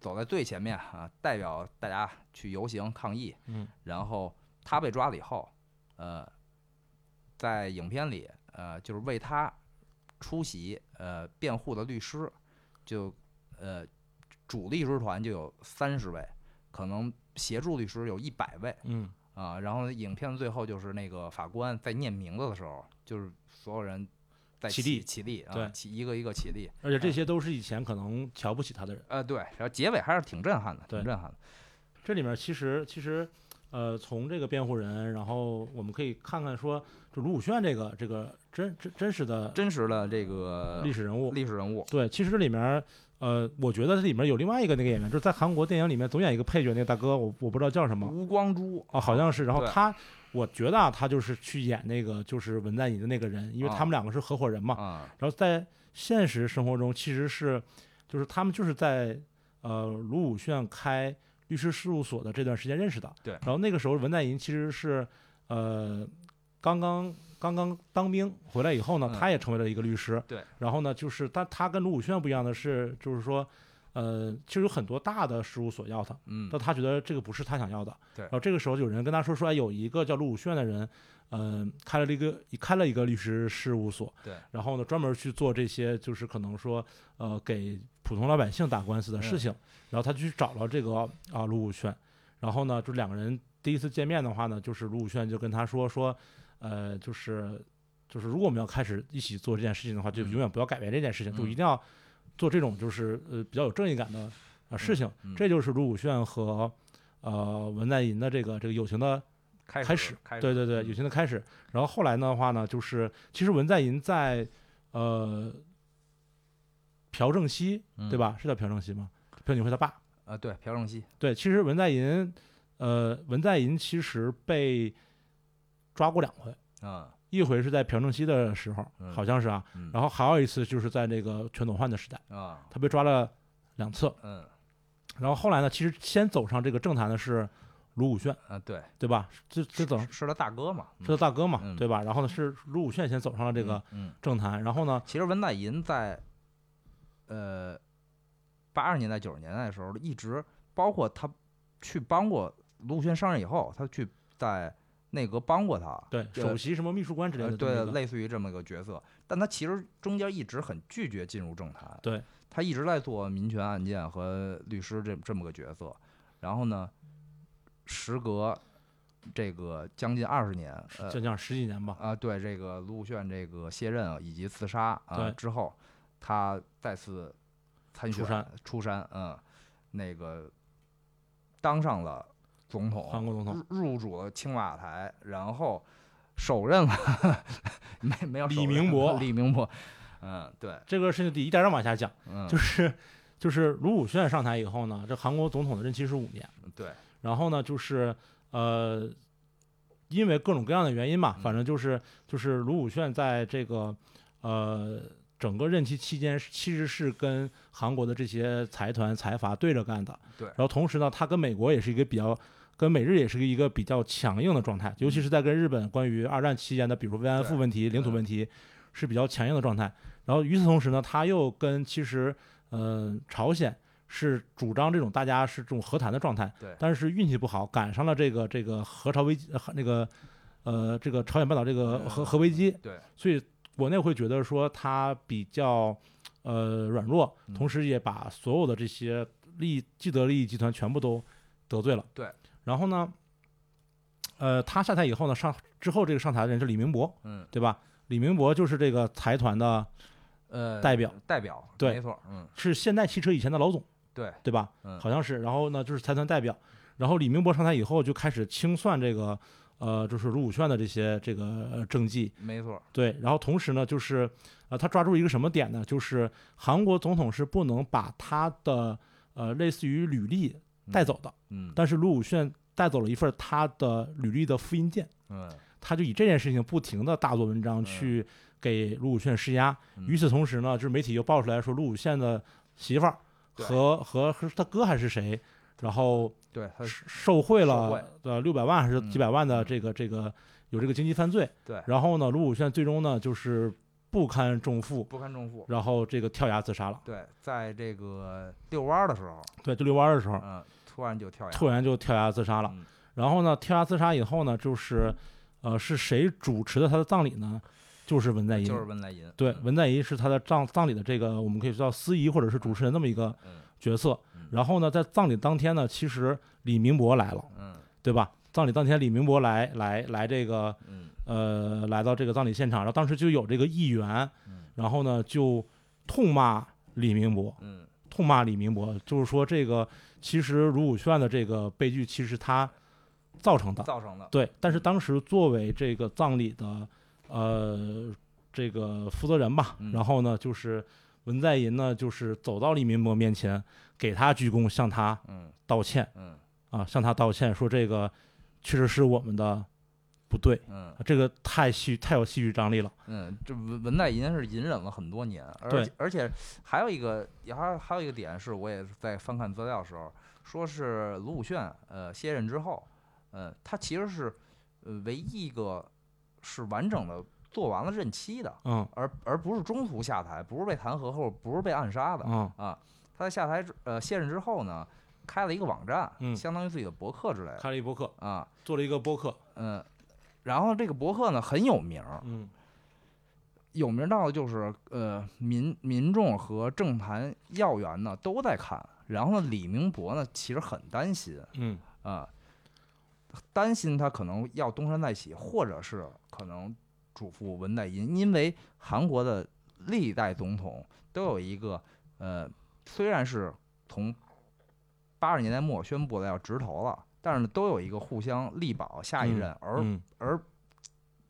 走在最前面啊，代表大家去游行抗议。
嗯
然后他被抓了以后，呃，在影片里，呃，就是为他出席呃辩护的律师，就呃主律师团就有三十位，可能协助律师有一百位
嗯
啊、然后影片的最后就是那个法官在念名字的时候，就是所有人在
起立
起立啊，
对
起一个一个起立。
而且这
哎
些都是以前可能瞧不起他的人。
呃，对，然后结尾还是挺震撼的，挺
对
震撼的。
这里面其实其实，呃，从这个辩护人，然后我们可以看看说，就卢武铉这个这个真真真实的
真实的这个
历史人物。
历史人物，
对，其实这里面，呃，我觉得这里面有另外一个那个演员，就是在韩国电影里面总演一个配角，那个大哥，我我不知道叫什么
吴光洙
啊，好像是。然后
对
他，我觉得啊，他就是去演那个就是文在寅的那个人，因为
啊
他们两个是合伙人嘛。
啊，
然后在现实生活中，其实是就是他们就是在呃卢武铉开律师事务所的这段时间认识的。
对
然后那个时候文在寅其实是呃刚刚刚刚当兵回来以后呢
嗯，
他也成为了一个律师。
对。
然后呢，就是但他跟卢武铉不一样的是，就是说。呃，其实有很多大的事务所要他，
嗯
但他觉得这个不是他想要的。
对
然后这个时候有人跟他说说，哎，有一个叫陆武铉的人，嗯、开了一个开了一个律师事务所，
对，
然后呢，专门去做这些就是可能说呃给普通老百姓打官司
嗯
的事情。然后他就去找了这个啊陆武铉，然后呢，就两个人第一次见面的话呢，就是陆武铉就跟他说说，呃，就是就是如果我们要开始一起做这件事情的话，就
嗯
永远不要改变这件事情，就
嗯
一定要做这种就是呃比较有正义感的啊、呃事情。
嗯
这就是卢武铉和呃文在寅的这个这个友情的
开
开
始
始，
开
对对对
嗯
友情的开始。然后后来的话呢，就是其实文在寅在呃朴正熙对？吧？是叫朴正熙吗？朴槿惠他爸
嗯啊，嗯对，朴正熙，
对，其实文在寅呃文在寅其实被抓过两回，
嗯
一回是在朴正熙的时候
嗯，
好像是啊，
嗯
然后还有一次就是在那个全斗焕的时代，
啊，
他被抓了两次。
嗯
然后后来呢，其实先走上这个政坛的是卢武铉。
啊，对，
对吧？这这等
是他大哥嘛，
是他大哥嘛，
嗯
对吧？然后呢，是卢武铉先走上了这
这
个，
嗯，嗯
政坛，然后呢，
其实文在寅在，呃，八十年代九十年代的时候，一直包括他去帮过卢武铉上任以后，他去在内阁帮过他，
对
对
首席什么秘书官之类
呃
的这么一
对，
个，
类似于这么一个角色，但他其实中间一直很拒绝进入政坛，
对，
他一直在做民权案件和律师这这么个角色，然后呢，时隔这个将近二十年，呃
就像十几年吧，
啊，对这个卢武铉这个卸任啊以及刺杀啊
对
之后，他再次参选
出山
出山，嗯，那个当上了总统，
韩国总统
入入主了青瓦台，然后手刃了 没没有
李
手刃
明 博
李明博，嗯，对，
这个事情得一点点往下讲，
嗯，
就是就是卢武铉上台以后呢，这韩国总统的任期是五年，
对，
然后呢，就是呃，因为各种各样的原因嘛，
嗯
反正就是就是卢武铉在这个呃整个任期期间，其实是跟韩国的这些财团财阀对着干的。
对
然后同时呢，他跟美国也是一个比较。跟美日也是一个比较强硬的状态，尤其是在跟日本关于二战期间的，比如慰安
嗯
妇
对
问题、领土问题，是比较强硬的状态。然后与此同时呢，他又跟其实，嗯、朝鲜是主张这种大家是这种和谈的状态，
对
但是运气不好，赶上了这个这个核朝危机，呃那个呃这个朝鲜半岛这个
嗯
核核危机，
对，
所以国内会觉得说他比较呃软弱
嗯，
同时也把所有的这些利益既得利益集团全部都得罪了，
对，
然后呢，呃，他下台以后呢，上之后这个上台的人是李明博，
嗯，
对吧？李明博就是这个财团的，
呃，
代表
代表，
对
没错，嗯，
是现代汽车以前的老总，
对，
对吧？
嗯
好像是。然后呢，就是财团代表。然后李明博上台以后，就开始清算这个呃，就是卢武铉的这些这个呃政绩。
没错，
对，然后同时呢，就是呃，他抓住一个什么点呢？就是韩国总统是不能把他的呃类似于履历带走的，
嗯
但是卢武铉带走了一份他的履历的复印件，
嗯，
他就以这件事情不停的大做文章
嗯
去给卢武铉施压。
嗯
与此同时呢，就是媒体又爆出来说卢武铉的媳妇儿
对
和和和他哥还是谁，然后
嗯对，他
受受贿
受
了
贿
呃六百万还是
嗯
几百万的
嗯
这个这个有这个经济犯罪。
对
然后呢，卢武铉最终呢就是不堪重负，
不堪重负。
然后这个跳崖自杀了。
对，在这个遛弯儿的时候，
对，就遛弯儿的时候，
嗯，突然就跳崖
啊突然就跳崖自杀了。
嗯
然后呢，跳崖自杀以后呢，就是呃是谁主持的他的葬礼呢？就是文在寅。
就是文莱银。
对，
嗯
文在寅是他的葬葬礼的这个，我们可以叫司仪或者是主持人那么一个
嗯
角色
嗯。
然后呢，在葬礼当天呢，其实李明博来了，
嗯
对吧？葬礼当天，李明博来来来这个
嗯
呃来到这个葬礼现场，然后当时就有这个议员
嗯，
然后呢就痛骂李明博，
嗯，
痛骂李明博，就是说这个其实卢武铉的这个悲剧其实他造成的，
造成的。
对，但是当时作为这个葬礼的呃这个负责人吧
嗯，
然后呢就是文在寅呢就是走到李明博面前，给他鞠躬，向他
嗯
道歉
嗯
啊，向他道歉，说这个确实是我们的不对，
嗯
这个太戏太有戏剧张力了，
嗯，这文文在寅是隐忍了很多年，而
对
且而且还有一个，也还还有一个点是，我也在翻看资料的时候，说是卢武铉呃卸任之后，呃，他其实是呃唯一一个是完整的做完了任期的，
嗯
而而不是中途下台，不是被弹劾或者不是被暗杀的。
嗯
啊他在下台之呃卸任之后呢，开了一个网站，
嗯
相当于自己的博客之类的
开了一播客，
啊，
做了一个播客，
嗯、然后这个博客呢很有名儿，
嗯
有名到就是呃民民众和政坛要员呢都在看，然后呢李明博呢其实很担心
嗯
啊、担心他可能要东山再起，或者是可能嘱咐文在寅，因为韩国的历代总统都有一个呃，虽然是从八十年代末宣布了要直投了，但是呢都有一个互相力保下一
嗯
任，而
嗯
而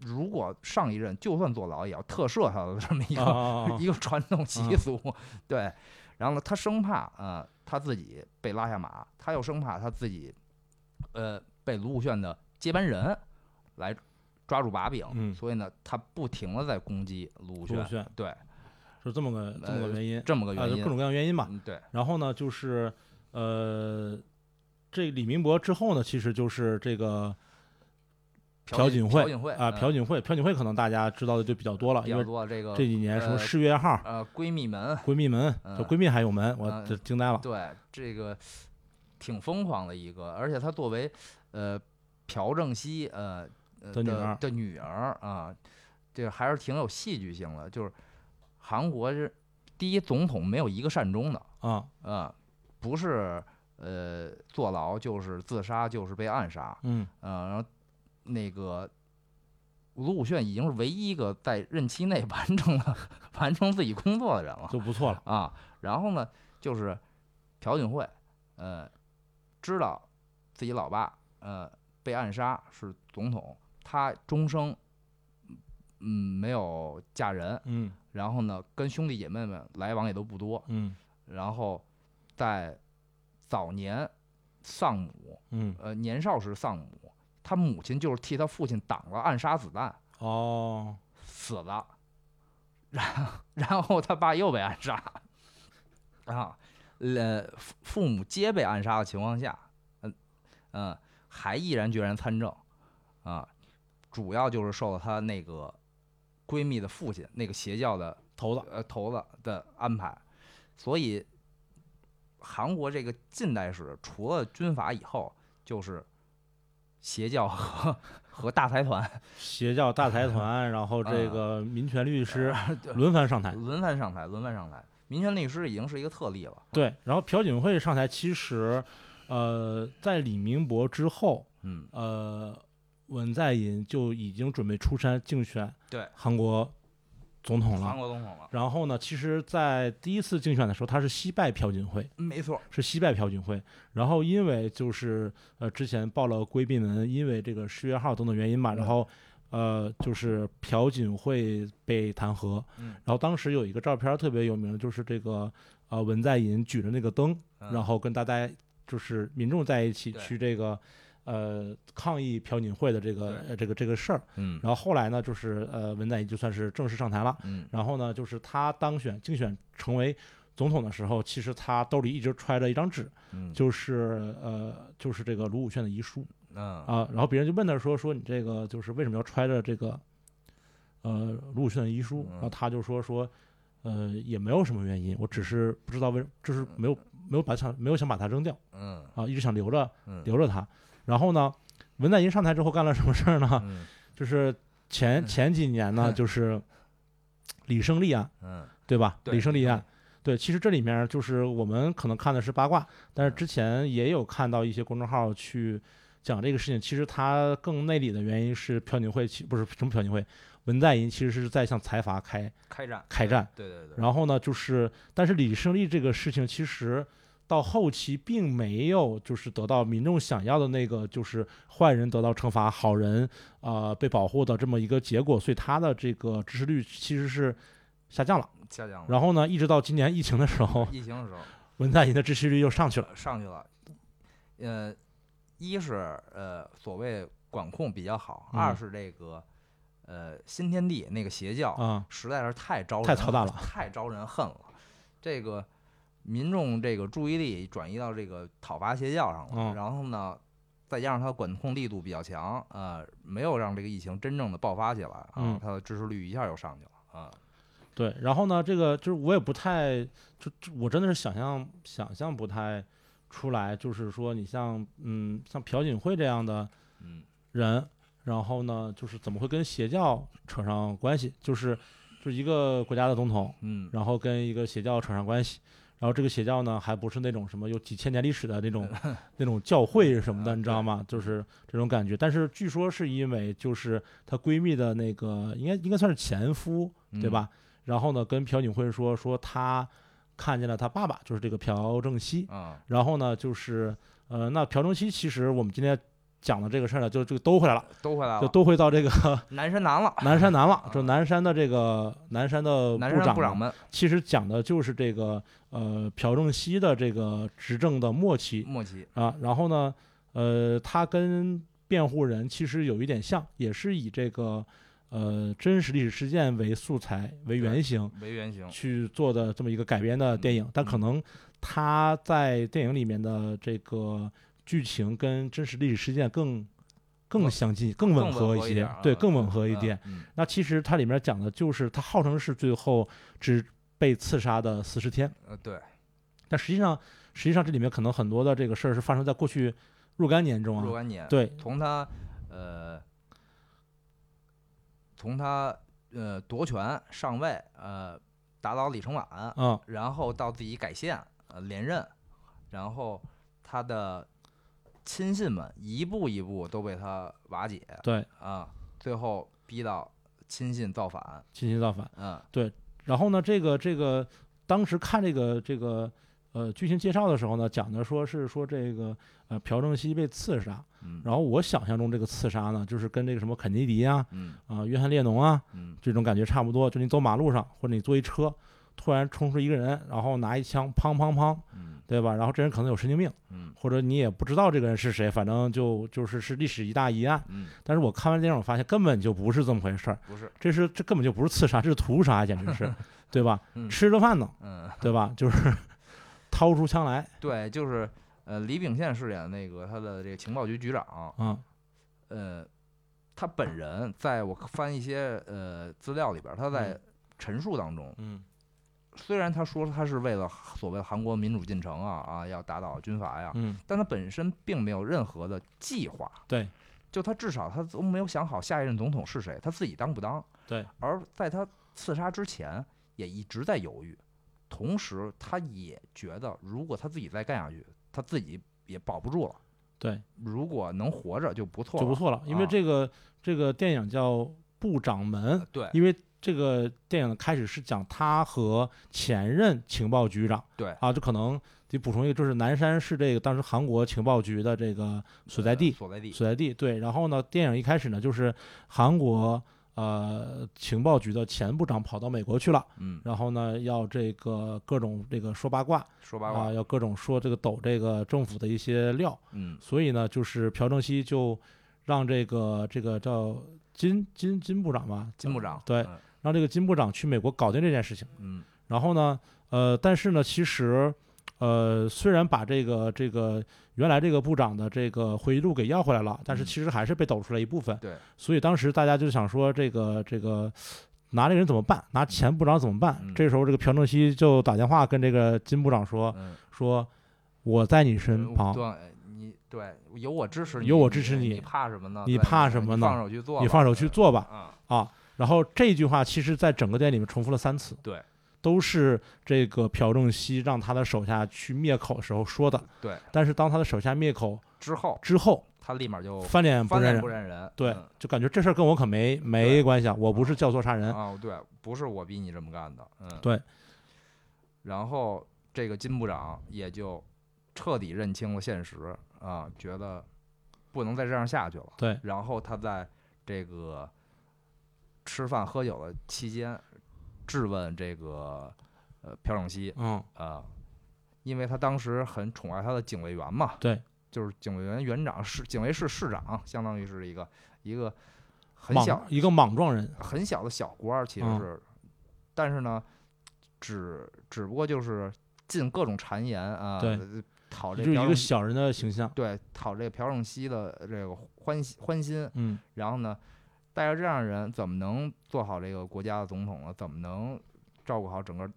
如果上一任就算坐牢，也要特赦他的这么一个、
啊啊啊啊
一个传统习俗。对，然后呢，他生怕呃他自己被拉下马，他又生怕他自己呃被卢武铉的接班人来抓住把柄，
嗯
所以呢，他不停的在攻击卢武
卢武
铉，
铉
对，
是这么个这么个原因，
呃这么个
啊，
原
就
因。
各种各样原因吧，
嗯，对，
然后呢，就是呃，这李明博之后呢，其实就是这个朴槿惠
朴槿惠嗯啊
啊，朴槿惠，朴槿惠可能大家知道的就比较多了，
比
因
较
为
多这个
这几年什么
呃
世越号、
呃闺蜜们，
闺蜜门，
嗯
叫闺蜜还有门，我
嗯
这惊呆了。
对，这个挺疯狂的一个，而且他作为呃朴正熙呃呃
的女儿
的女儿啊，这还是挺有戏剧性的。就是韩国是第一总统没有一个善终的
啊，
啊，不是呃坐牢就是自杀就是被暗杀，
嗯
啊，然后那个卢武铉已经是唯一一个在任期内 完成了完成自己工作的人了。
就不错 了。
啊，然后呢，就是朴槿惠，呃，知道自己老爸呃被暗杀是总统，她终生嗯没有嫁人，
嗯
然后呢，跟兄弟姐妹们来往也都不多，
嗯
然后在早年丧母，
嗯，
呃，年少时丧母，她母亲就是替她父亲挡了暗杀子弹
哦，
死了，然后然后他爸又被暗杀，啊，呃，父父母皆被暗杀的情况下，嗯嗯、呃还毅然决然参政，啊，主要就是受了她那个闺蜜的父亲那个邪教的
头子，
呃头子的安排，所以韩国这个近代史除了军阀以后，就是邪教和和大财团
邪教大财团，然后
嗯
这个民权 律师
对
轮番上台。
轮番上台，轮番上台。民权律师已经是一个特例了。
对，然后朴槿惠上台，其实呃，在李明博之后，
嗯，
呃，文在寅就已经准备出山竞选
对
韩国总统
韩
了。
嗯国总统了，
然后呢，其实，在第一次竞选的时候，他是惜败朴槿惠，
没错，
是惜败朴槿惠。然后因为就是呃之前报了规避门，因为这个十月号等等原因嘛，
嗯
然后呃就是朴槿惠被弹劾。
嗯
然后当时有一个照片特别有名，就是这个呃文在寅举着那个灯，
嗯
然后跟大家就是民众在一起
对
去这个呃抗议朴槿惠的这个
对
呃这个这个事儿。
嗯
然后后来呢，就是呃文在寅就算是正式上台了。
嗯
然后呢，就是他当选竞选成为总统的时候，其实他兜里一直揣着一张纸，
嗯
就是呃，就是这个卢武铉的遗书
嗯
啊。然后别人就问他说说你这个就是为什么要揣着这个呃卢武铉的遗书？
嗯
然后他就说说呃也没有什么原因，我
嗯
只是不知道为就是没有没有把想没有想把它扔掉
嗯
啊，一直想留着
嗯
留着它。然后呢，文在寅上台之后干了什么事儿呢？
嗯
就是前前几年呢，就是李胜利案。啊
嗯
对吧？
对
李胜
李
利
胜
案，对，其实这里面就是我们可能看的是八卦，但是
嗯
之前也有看到一些公众号去讲这个事情。其实它更内里的原因是朴槿惠，其不是什么朴槿惠，文在寅其实是在向财阀开
开战
开战。
对对对，
然后呢，就是但是李胜利这个事情其实。到后期并没有就是得到民众想要的那个，就是坏人得到惩罚，好人啊被保护的这么一个结果，所以他的这个支持率其实是下降了。
下降了。
然后呢，一直到今年疫情的时候，
疫情的时候
文在寅的支持率又上去了。
呃上去了，呃，一是呃所谓管控比较好，
嗯
二是这个呃新天地那个邪教
啊、
实在是太招人
太操蛋了
太招人恨了。这个民众这个注意力转移到这个讨伐邪教上了，
嗯
然后呢，再加上它管控力度比较强，呃，没有让这个疫情真正的爆发起来啊，
嗯
它的支持率一下又上去了啊。
对，然后呢，这个就是我也不太，就就我真的是想象想象不太出来，就是说你像嗯像朴槿惠这样的
嗯
人，然后呢，就是怎么会跟邪教扯上关系？就是就是一个国家的总统，
嗯，
然后跟一个邪教扯上关系。然后这个邪教呢，还不是那种什么有几千年历史的 那种那种教会什么的，
啊
你知道吗？就是这种感觉。但是据说是因为就是她闺蜜的那个应该应该算是前夫
嗯
对？吧？然后呢，跟朴槿惠说说她看见了她爸爸，就是这个朴正熙。
嗯
然后呢，就是呃，那朴正熙其实我们今天讲的这个事儿呢，就就都回来了，
都回来
就
了，
都回到这个
南山南了，
南山南了
啊，
就南山的这个南山的
南山部
部
长
长
们
其实讲的就是这个呃朴正熙的这个执政的末期
莫奇，
啊，然后呢，呃，他跟辩护人其实有一点像，也是以这个呃真实历史事件为素材为原型
为原型，
去做的这么一个改编的
嗯
电影，但可能他在电影里面的这个剧情跟真实历史事件更更
更
相近、更吻合一些
点，儿
对，
啊
更吻合一点。。
嗯
那其实它里面讲的就是他号称是最后只被刺杀的四十天，
嗯呃，对，
但实际上实际上这里面可能很多的这个事儿是发生在过去若干年中
若
啊。
干年，
对
从他呃，从他呃夺权上位，呃，打倒李承晚，
嗯，
然后到自己改线，呃，连任，然后他的亲信们一步一步都被他瓦解
对，
啊，最后逼到亲信造反，
亲信造反。
嗯
然后呢，这个这个当时看这个这个呃剧情介绍的时候呢，讲的说是说这个呃朴正熙被刺杀，
嗯
然后我想象中这个刺杀呢，就是跟这个什么肯尼迪啊、
嗯
啊、约翰列侬啊，
嗯
这种感觉差不多。就你走马路上，或者你坐一车，突然冲出一个人，然后拿一枪，砰砰砰，
嗯
对吧？然后这人可能有神经病，
嗯
或者你也不知道这个人是谁，反正就就是是历史一大疑案。
嗯，
但是我看完电影，我发现根本就不是这么回事儿，
不是，
这是这根本就不是刺杀，这是屠杀，简 直是，对吧？
嗯
吃着饭呢，
嗯。
对吧？就是掏出枪来
对，就是呃，李秉宪饰演的那个他的这个情报局局长，
啊、
呃，他本人在我翻一些呃资料里边儿，他在
嗯
陈述当中，
嗯
虽然他说他是为了所谓韩国民主进程啊啊要打倒军阀呀，
嗯，
但他本身并没有任何的计划，
对，
就他至少他都没有想好下一任总统是谁，他自己当不当，
对，
而在他刺杀之前也一直在犹豫，同时他也觉得如果他自己再干下去，他自己也保不住了。
啊对，
如果能活着就不错，
就不。错了，因为
啊
这个、这个电影叫《部长门》
呃，对，
因为这个电影的开始是讲他和前任情报局长，
对
啊，就可能得补充一个，就是南山是这个当时韩国情报局的这个所在地
呃，所在地，
所在地对。然后呢，电影一开始呢，就是韩国呃情报局的前部长跑到美国去了，
嗯，
然后呢要这个各种这个说八卦
说八
啊、
卦，
要各种说这个抖这个政府的一些料，
嗯，
所以呢，就是朴正熙就让这个这个叫金金金部长吧，
金部长，
对，
嗯
让这个金部长去美国搞定这件事情。
嗯，
然后呢，呃，但是呢，其实，呃，虽然把这个这个原来这个部长的这个回忆录给要回来了，但
嗯
是其实还是被抖出来一部分。
对，
所以当时大家就想说，这个这个拿这个人怎么办？拿前部长怎么办？
嗯
这时候，这个朴正熙就打电话跟这个金部长说
嗯，
说。我在你身
呃
旁，
对，你对，有我支持你，
有我支持
你，
你
怕什么呢？
你
对
怕什么呢
放手去做吧，
你放手去
嗯
做吧。
啊，
啊。然后这句话其实在整个电影里面重复了三次，
对，
都是这个朴正熙让他的手下去灭口时候说的。
对，
但是当他的手下灭口
之后
之后，
他立马就
翻脸不
哦翻
认
脸
人，
不认人，
对
嗯，
就感觉这事儿跟我可没没
对
关系啊，我不是教唆杀人，
啊，对，不是我逼你这么干的，嗯，
对。
然后这个金部长也就彻底认清了现实啊，觉得不能再这样下去了。
对。
然后他在这个吃饭喝酒的期间质问这个呃朴正熙
嗯，
啊，因为他当时很宠爱他的警卫员嘛，
对，
就是警卫员园长是警卫室室长，相当于是一个一个很小
莽一个莽撞人，
很小的小官儿，其实
嗯
是，但是呢，只只不过就是进各种谗言啊，
对，
讨这
就是一
朴
个
正熙
小人的形象，
对讨这个朴正熙的这个欢喜欢心，
嗯，
然后呢，带着这样的人怎么能做好这个国家的总统呢？怎么能照顾好整个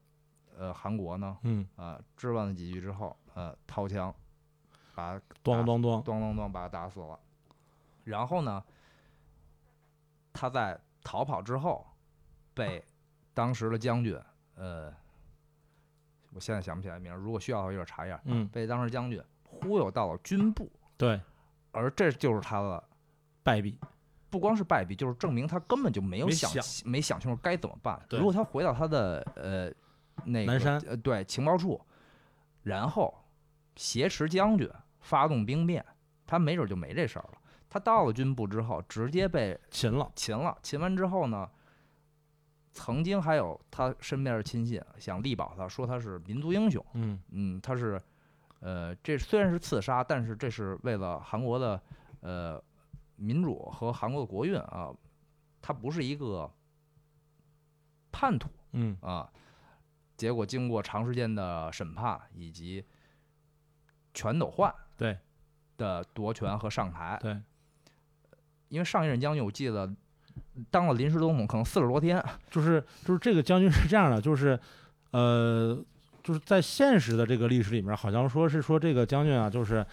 呃韩国呢？
嗯，
啊、质问了几句之后，呃，掏枪把
咚咚咚，
咣咣咣把他打死了。然后呢，他在逃跑之后被当时的将军，呃，我现在想不起来名儿，如果需要的话一会儿查一下，
嗯，
被当时将军忽悠到了军部，
对，
而这就是他的。
败笔，
不光是败笔，就是证明他根本就没有
没
想
想
没想清楚该怎么办。
对
如果他回到他的呃那个
南山
呃对情报处，然后挟持将军发动兵变，他没准就没这事儿了。他到了军部之后，直接被
擒了，
擒了。擒完之后呢，曾经还有他身边的亲信想力保他，说他是民族英雄。
嗯，
嗯，他是，呃，这虽然是刺杀，但是这是为了韩国的呃民主和韩国的国运啊，他不是一个叛徒
嗯，
啊。结果经过长时间的审判以及全斗焕
对
的夺权和上台，
对，
因为上一任将军我记得当了临时总统可能四十多天，
就是就是这个将军是这样的，就是呃，就是在现实的这个历史里面，好像说是说这个将军啊，就是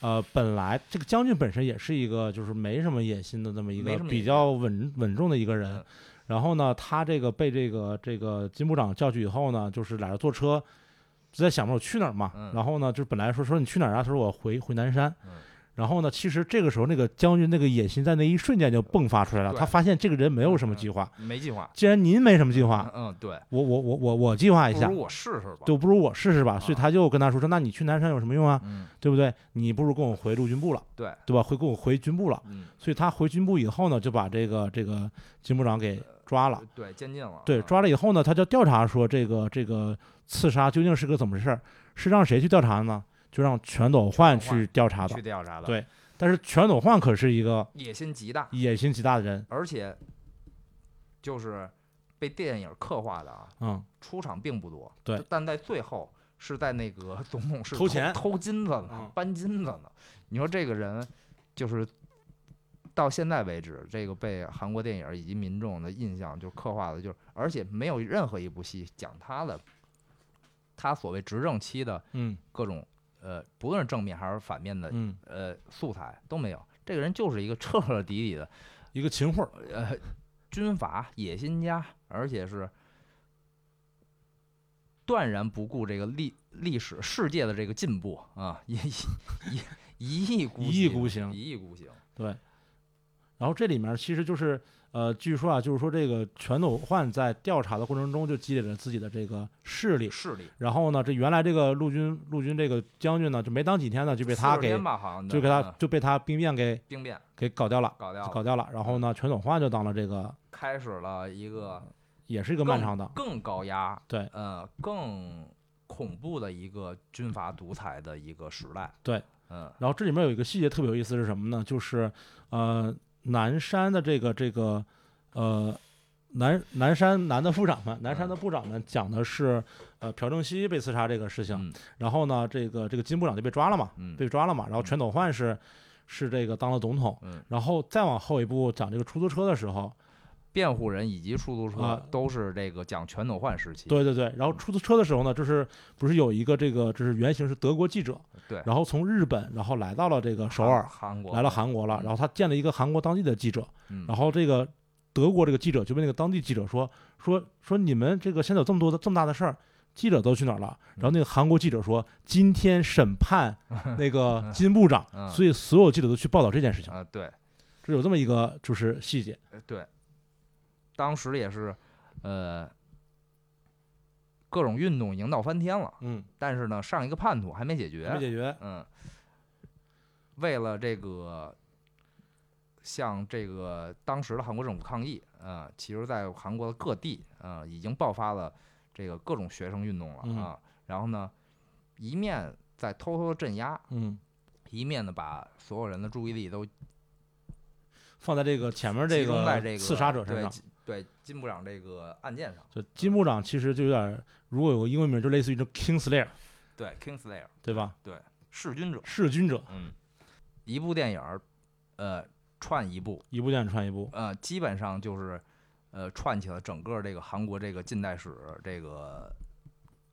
呃，本来这个将军本身也是一个就是没什么野心的这么一
没
个
什么野
比
心
较稳稳重的一个人
嗯。
然后呢，他这个被这个这个金部长叫去以后呢，就是俩人坐车，就在想着我去哪儿嘛。
嗯
然后呢，就本来说说你去哪儿啊？他说我回回南山。
嗯
然后呢，其实这个时候那个将军那个野心在那一瞬间就迸发出来了。
对
他发现这个人 没有什么
嗯
计划，
没计划。
既然您没什么计划，
嗯，对，
我我我我我计划一
不
下
如，我试试吧。
就不如我试试吧。所
啊
以他就跟他说说，那你去南山有什么用啊？
嗯，
对不对？你不如跟我回陆军部了，
对，
对吧？回跟我回军部了。
嗯，
所以他回军部以后呢，就把这个这个金部长给抓了。
对，监禁了。
对，
嗯
抓了以后呢，他就调查说这个这个刺杀究竟是个怎么回事儿？是让谁去调查呢？就让全斗焕
全斗
去调查
去
的。
调查的。
对但是全斗焕可是一个
野心极大，
野心极大的人，
而且就是被电影刻画的啊，
嗯，
出场并不多，
对，
但在最后是在那个 总统室
偷钱
偷金子呢
嗯，
搬金子呢。你说这个人就是到现在为止，这个被韩国电影以及民众的印象就刻画的，就是而且没有任何一部戏讲他的他所谓执政期的
嗯
各种呃，不论是正面还是反面的
嗯，
呃素材都没有。这个人就是一个彻彻底底的
一个秦桧儿，
呃，军阀野心家，而且是断然不顾这个历历史世界的这个进步啊，一一一一意孤
一意
行
孤行
一意孤行。
对。然后这里面其实就是呃，据说啊，就是说这个全斗焕在调查的过程中就积累了自己的这个势力，
势力，
然后呢，这原来这个陆军陆军这个将军呢，就没当几天呢，就被他
40
给
天吧好像
就给他
嗯
就被他兵变给
兵变
给搞掉了，
搞掉嗯
就
了，
搞掉了。然后呢，全斗焕就当了这个，
开始了一个
也是一个漫长的，
更高压，
对，
呃，更恐怖的一个军阀独裁的一个时代，
对，
嗯，
然后这里面有一个细节特别有意思是什么呢？就是呃，南山的这个这个呃南南山南的部长们，南山的
嗯
部长们讲的是呃朴正熙被刺杀这个事情，
嗯
然后呢，这个这个金部长就被抓了嘛，
嗯
被抓了嘛，然后全斗焕是是这个当了总统，
嗯
然后再往后一步讲这个出租车的时候，
辩护人以及出租车
啊
都是这个讲全斗焕时期，
对对对，然后
嗯
出租车的时候呢，就是不是有一个这个就是原型是德国记者，
呃对
然后从日本然后来到了这个首
韩
尔，
韩国
来了，韩国了，然后他见了一个韩国当地的记者。
嗯
然后这个德国这个记者就问那个当地记者说说说你们这个现在有这么多的这么大的事儿，记者都去哪儿了？
嗯
然后那个韩国记者说今天审判那个金部长，
嗯
所以所有记者都去报道这件事情，
啊，对
这有这么一个就是细节。
呃对，当时也是，呃。各种运动赢到翻天了，
嗯，
但是呢，上一个叛徒还没解决，
没解决，
嗯，为了这个向这个当时的韩国政府抗议，呃，其实，在韩国的各地，呃，已经爆发了这个各种学生运动了
嗯
啊。然后呢，一面在偷偷地镇压，
嗯，
一面呢把所有人的注意力都集
放在这个前面这
中在这
个
个
刺杀者身上。
对对金部长这个案件上，
就金部长其实就有点儿，如果有个英文名，就类似于这 Kingslayer，
对 Kingslayer
对吧？
弑君者，
弑君者，
嗯，一部电影儿，呃，串一部，
一部电影穿一部。
呃，基本上就是呃串起了整个这个韩国这个近代史这个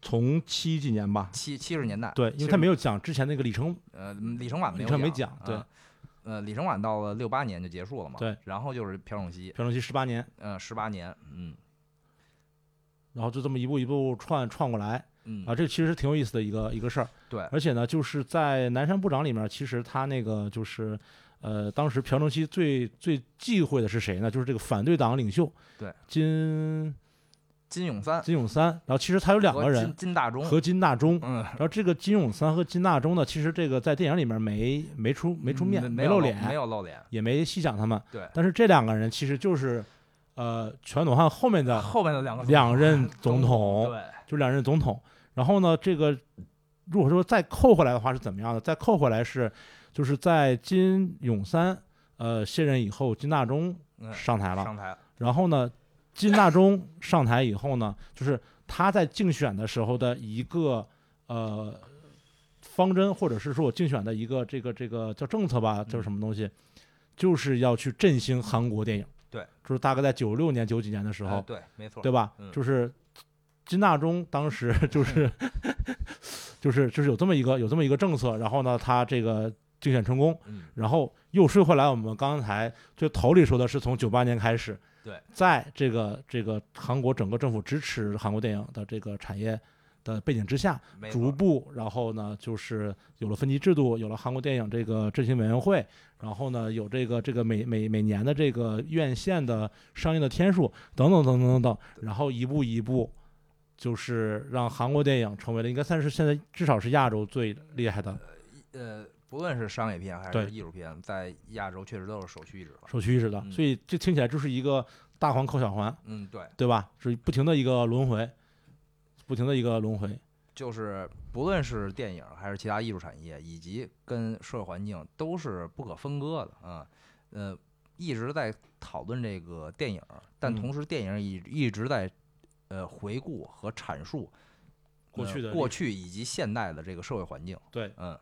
从七几年吧，
七七十年代。
对，因为
70
他没有讲之前那个里程，
呃李承晚没
李
有
承晚没
讲
讲对
呃呃，李承晚到了六八年就结束了嘛，
对，
然后就是朴正熙，
朴正熙十八年，
呃，十八年，嗯
然后就这么一步一步串串过来
嗯
啊，这其实是挺有意思的一个一个事儿。
对
而且呢，就是在南山部长里面，其实他那个就是，呃，当时朴正熙最最忌讳的是谁呢？就是这个反对党领袖，
对，
金
金泳三
金泳三。然后其实他有两
和
个人
金，金大中，
和金大中。
嗯，
然后这个金泳三和金大中呢，其实这个在电影里面没没出没出面，
嗯没
露
有
脸，
没有露脸。
也没细讲他们。
对
但是这两个人其实就是，呃，全斗焕后面的
后面的两个
两任总统
统，对，
就两任总统。然后呢，这个如果说再扣回来的话是怎么样的？再扣回来是，就是在金泳三呃卸任以后，金大中
嗯，
上台了。
上台了，
然后呢，金大中上台以后呢，就是他在竞选的时候的一个呃方针，或者是说我竞选的一个这个这个叫政策
嗯
吧，叫什么东西，就是要去振兴韩国电影。
对，
就是大概在九六年、九几年的时
哎
候，
对，没错，
对吧？
嗯
就是金大中当 时就是就是就是有这么一个有这么一个政策，然后呢，他这个竞选成功，
嗯，
然后又说回来，我们刚才最头里说的是从九八年开始，
对，
在这个这个韩国整个政府支持韩国电影的这个产业的背景之下，
没
逐
错，
步，然后呢，就是有了分级制度，有了韩国电影这个振兴委员会，然后呢，有这个这个每每每年的这个院线的上映的天数，等等等等等等，然后一步一步，就是让韩国电影成为了应该算是现在至少是亚洲最厉害的
呃，不论是商业片还
对
是艺术片，在亚洲确实都是首屈一指了。
首屈一指的，
嗯
所以这听起来就是一个大环扣小环，
嗯，对，
对吧？是不停的一个轮回，不停的一个轮回，
就是不论是电影还是其他艺术产业，以及跟社会环境都是不可分割的啊。呃，一直在讨论这个电影，但
嗯
同时电影一一直在呃回顾和阐述
过
呃
去的历
过
史
去以及现代的这个社会环境。
对，
嗯，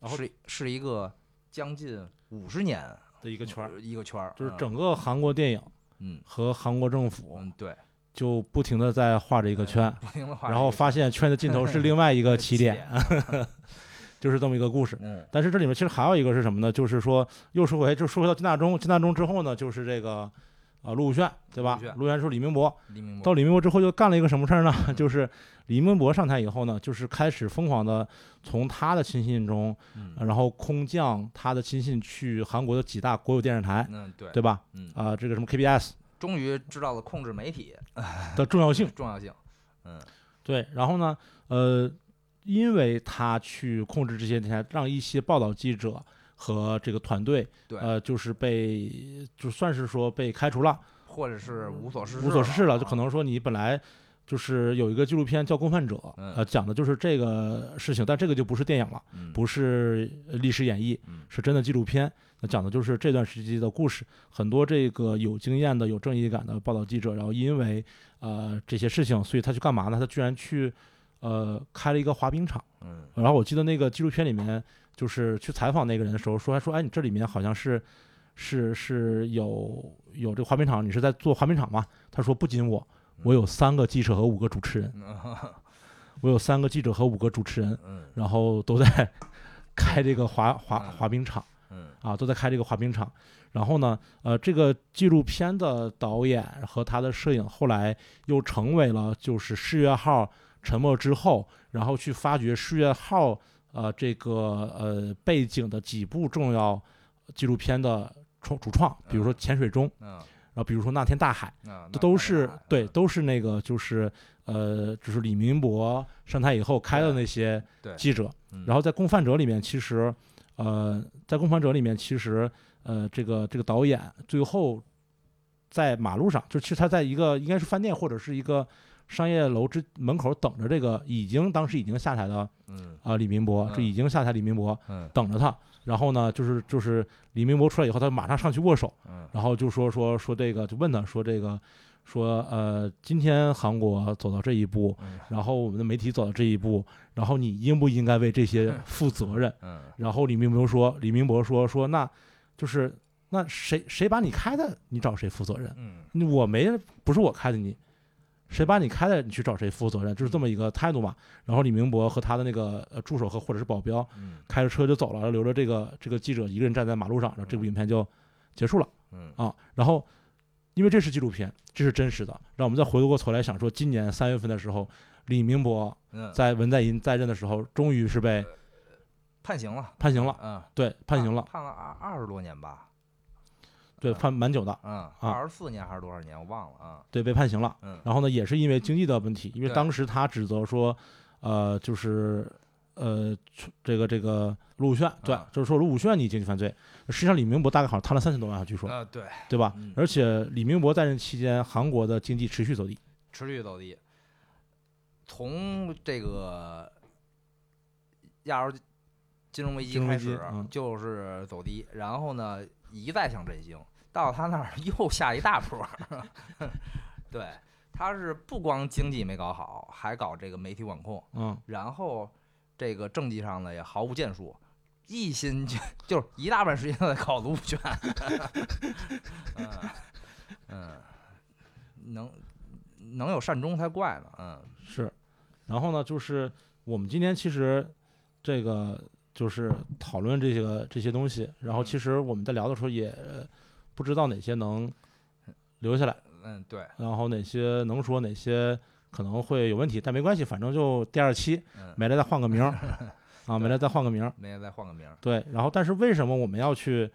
然后
是是一个将近五十年
的一个圈儿，
呃一个圈儿，
就是
嗯
整个韩国电影
嗯
和韩国政府。
嗯对，
就不停的在画嗯着一个圈，
不听的话，
然后发现圈的尽头是另外一个 起点，， 就是这么一个故事。
嗯
但是这里面其实还有一个是什么呢？就是说又说回就说回到金大中，金大中之后呢，就是这个啊，陆武铉对吧
陆武铉？
陆武嗯铉是李明博，
黎明
到
博，
李明博之后就干了一个什么事儿呢？ 就是李明博上台以后呢，就是开始疯狂的从他的亲信中，
嗯
然后空降他的亲信去韩国的几大国有电视台，
嗯，对，
对吧？
嗯，
啊、这个什么 KBS
终于知道了控制媒体
的重要性。
重要性，
对，然后呢，呃，因为他去控制这些台，让一些报道记者和这个团队，
对
呃，就是被就算是说被开除了，
或者是无所事事，
无所事事了，就可
能，
能说你本来。就是有一个纪录片叫《共犯者》，
嗯
呃，讲的就是这个事情，但这个就不是电影了，
嗯
不是呃历史演绎，
嗯
是真的纪录片。那讲的就是这段时期的故事，很多这个有经验的、有正义感的报道记者，然后因为呃这些事情，所以他去干嘛呢？他居然去呃开了一个滑冰场。
嗯
然后我记得那个纪录片里面，就是去采访那个人的时候说，还说哎，你这里面好像是是是有有这个滑冰场，你是在做滑冰场吗？他说不仅我，我有三个记者和五个主持人，
嗯
我有三个记者和五个主持人，
嗯
然后都在开这个滑滑
嗯
滑冰场。
嗯
啊，都在开这个滑冰场。然后呢，呃，这个纪录片的导演和他的摄影后来又成为了就是世越号沉没之后，然后去发掘世越号呃这个呃背景的几部重要纪录片的创主创，比如说《潜水钟》，
嗯，
然后比如说《那天大海》，
那
这都是对，都是那个就是呃就是李明博上台以后开的那些
对嗯
记者。然
后
后在《共犯者》里面，其实，呃，在《共犯者》里面，其实，呃，这个这个导演最后在马路上，就其实他在一个应该是饭店或者是一个商业楼之门口等着这个已经当时已经下台的
嗯
啊、呃李明博，就
嗯
已经下台李明博
嗯
等着他。然后呢，就是就是李明博出来以后，他马上上去握手，
嗯
然后就说说说这个，就问他说这个，说呃，今天韩国走到这一步，
嗯
然后我们的媒体走到这一步，然后你应不应该为这些负责任？
嗯
然后李明博说，李明博说说那，就是那谁谁把你开的，你找谁负责任？
嗯
我没不是我开的你，谁把你开的，你去找谁负责任？就是这么一个态度嘛。然后李明博和他的那个呃助手和或者是保镖
嗯
开着车就走了，留着这个这个记者一个人站在马路上，然后这部影片就结束了。
嗯
啊，然后因为这是纪录片，这是真实的，让我们再回过头来想说，今年三月份的时候，李明博
嗯，
在文在寅在任的时候，终于是被
判刑了，
判刑了，
嗯，
对，判刑了，
判了二二十多年吧，
对，判蛮久的，
嗯，二十四年还是多少年，我忘了啊，
对，被判刑了。
嗯
然后呢，也是因为经济的问题，因为
对
当时他指责说，呃，就是呃，这个这个卢武铉，对
啊，
就是说卢武铉你经济犯罪，实际上李明博大概好像贪了三千多万，据说，
啊，对，
对吧
嗯？
而且李明博在任期间，韩国的经济持续走低，
持续走低。从这个亚洲金融危机
金融
开
危机
始
嗯，
就是走低，然后呢一再想振兴，到他那儿 又下一大波儿。 对，他是不光经济没搞好，还搞这个媒体管控，
嗯，
然后这个政绩上呢也毫无建树，一心就就是一大半时间都在搞卢武铉。嗯嗯，能能有善终才怪呢。嗯
是，然后呢，就是我们今天其实这个就是讨论这个这些东西，然后其实我们在聊的时候也不知道哪些能留下来，
嗯，对，
然后哪些能说，哪些可能会有问题，但没关系，反正就第二期
嗯，
没了再换个名儿啊，没了再换个名儿。
那也再换个名儿。
对，然后但是为什么我们要去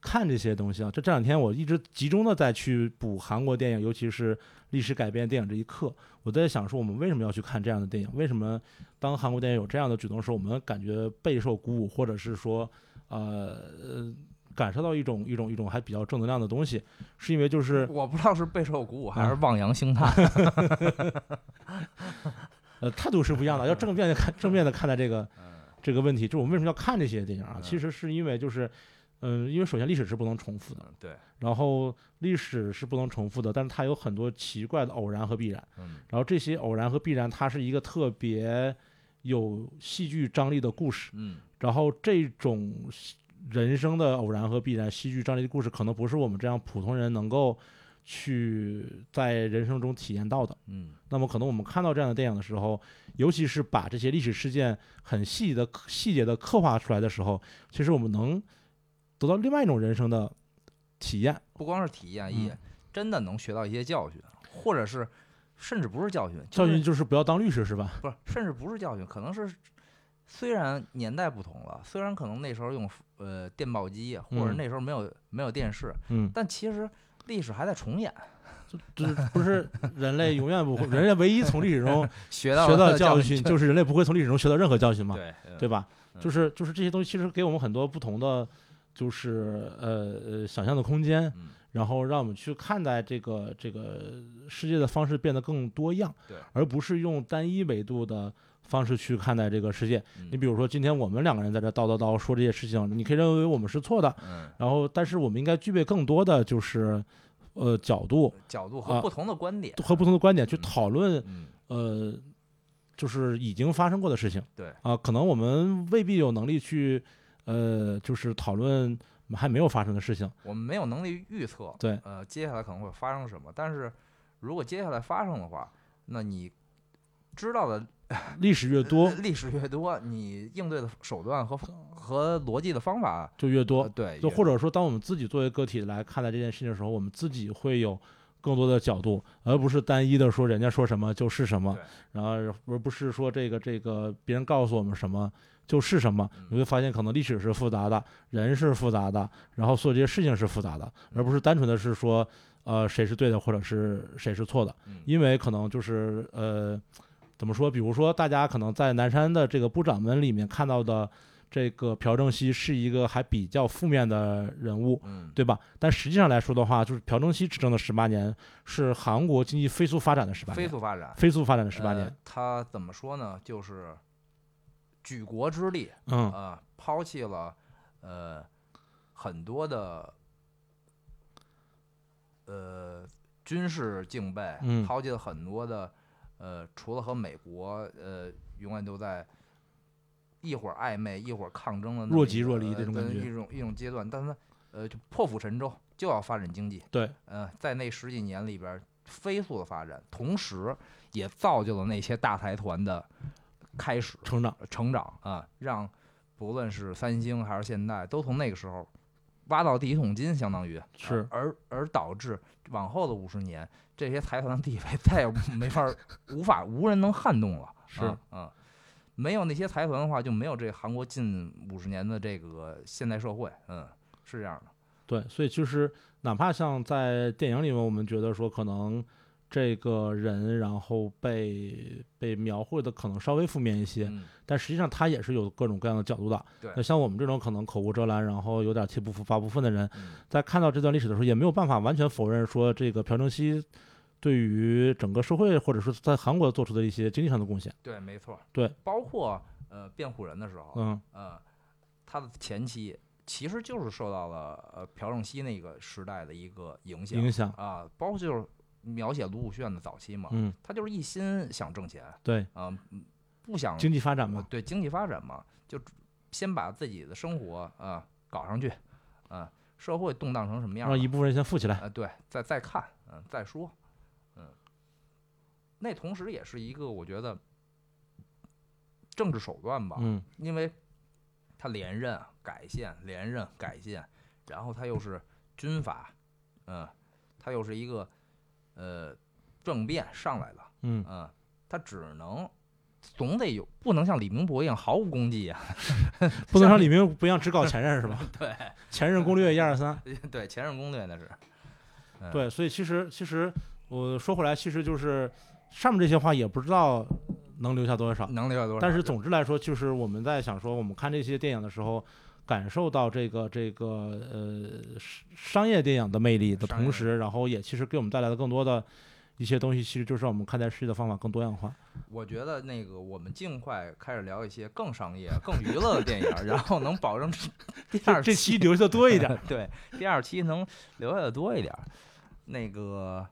看这些东西啊？这这两天我一直集中的在去补韩国电影，尤其是历史改编电影这一课，我在想说我们为什么要去看这样的电影？为什么当韩国电影有这样的举动的时，候，我们感觉备受鼓舞，或者是说呃呃感受到一种一种一种还比较正能量的东西？是因为就是
我不知道是备受鼓舞还是
啊
望洋兴 叹。
呃态度是不一样的，要正面的看正面的看待这个这个问题，就我们为什么要看这些电影啊？
嗯
其实是因为就是。嗯，因为首先历史是不能重复的，
嗯，对，
然后历史是不能重复的，但是它有很多奇怪的偶然和必然。
嗯
然后这些偶然和必然，它是一个特别有戏剧张力的故事。
嗯
然后这种人生的偶然和必然、戏剧张力的故事，可能不是我们这样普通人能够去在人生中体验到的。
嗯
那么，可能我们看到这样的电影的时候，尤其是把这些历史事件很细的细节的刻画出来的时候，其实我们能得到另外一种人生的体验。
不光是体验，也
嗯
真的能学到一些教训，或者是甚至不是教训，就
教
是
训就是不要当律师是吧？
不是，甚至不是教训，可能是虽然年代不同了，虽然可能那时候用呃电报机，或者
嗯
那时候没有、没有电视，
嗯，
但其实历史还在重 演，
就是不是人类永远不会，人类唯一从历史中
学到
学
学
到的
教
教训，就是人类不会从历史中学到任何教训嘛，
对对
对吧？
嗯
就是就是这些东西其实给我们很多不同的，就是呃呃想象的空间，
嗯
然后让我们去看待这个这个世界的方式变得更多样，
对
而不是用单一维度的方式去看待这个世界。
嗯
你比如说，今天我们两个人在这叨叨叨说这些事情，你可以认为我们是错的，
嗯
然后但是我们应该具备更多的就是呃角度
角度
啊
和不同的观点、
和不同的观点去
嗯
讨论
嗯
呃，就是已经发生过的事情。
对
啊，可能我们未必有能力去，呃，就是讨论还没有发生的事情。
我们没有能力预测，
对，
呃，接下来可能会发生什么，但是如果接下来发生的话，那你知道的
历史越多
历史越多，你应对的手段和和逻辑的方法，
就越
呃
多，
对，
就
也
或者说，当我们自己作为个体来看待这件事情的时候，我们自己会有更多的角度，而不是单一的说人家说什么就是什么
对，
然后而不是说这个这个别人告诉我们什么。就是什么，
嗯
你会发现可能历史是复杂的，人是复杂的，然后所有这些事情是复杂的，而不是单纯的是说，呃，谁是对的或者是谁是错的。
嗯
因为可能就是呃，怎么说？比如说，大家可能在南山的这个部长们里面看到的这个朴正熙是一个还比较负面的人物，
嗯
对吧？但实际上来说的话，就是朴正熙执政的十八年是韩国经济飞速发展的十八年，
飞速发展，
飞速发展的十八
呃
年。
他怎么说呢？就是举国之力啊、
嗯，
呃抛弃了呃很多的呃军事敬备，
嗯
抛弃了很多的呃，除了和美国呃永远都在。一会儿暧昧，一会儿抗争的那
若
么
即
一个
若离
呃
这种感
跟
觉
一种一种阶段，但他呃就破釜沉舟，就要发展经济，
对，
呃，在那十几年里边儿飞速的发展，同时也造就了那些大财团的开始
成长。
呃成长啊、让不论是三星还是现代，都从那个时候挖到第一桶金，相当于
是
呃而而导致往后的五十年，这些财团的地位再也没法儿无法无人能撼动了，
是
啊。啊没有那些财团的话，就没有这韩国近五十年的这个现代社会，嗯，是这样的，
对，所以就是哪怕像在电影里面，我们觉得说可能这个人然后被被描绘的可能稍微负面一些，
嗯，
但实际上他也是有各种各样的角度的。
对
那像我们这种可能口无遮拦，然后有点气不服发不愤的人，
嗯
在看到这段历史的时候，也没有办法完全否认说这个朴正熙对于整个社会或者说在韩国做出的一些经济上的贡献。
对，没错儿，
对，
包括呃辩护人的时候，
嗯，
呃，他的前期其实就是受到了呃朴正熙那个时代的一个影响
影响，
啊，包括就是描写卢武铉的早期嘛，
嗯，
他就是一心想挣钱
对，
啊，嗯不想
经济发展
呃
嘛，
对经济发展嘛，就先把自己的生活啊搞上去，啊，社会动荡成什么样儿
让一
了，
部分人先富起来。
啊，对，再再看，嗯、再说，嗯，那同时也是一个我觉得政治手段吧，
嗯，
因为他连任改线，连任改线，然后他又是军阀，嗯，他又是一个呃政变上来的，
嗯
嗯，他只能总得有，不能像李明博一样毫无功绩啊，
不能让李明不一样只搞前任是吧？
对，
前任攻略一二三。
对，前任攻略那是，嗯
对，所以其实其实我说回来，其实就是上面这些话也不知道能留下多少，
能留下多少？
但是总之来说，就是我们在想说，我们看这些电影的时候，感受到这个这个呃商商业电影的魅力的
商业
同时，然后也其实给我们带来了更多的一些东西，其实就是让我们看待世界的方法更多样化。
我觉得那个我们尽快开始聊一些更商业、更娱乐的电影，然后能保证第
这
二，
这期留下多 一点
对，第二期能留下的多一点儿。那个，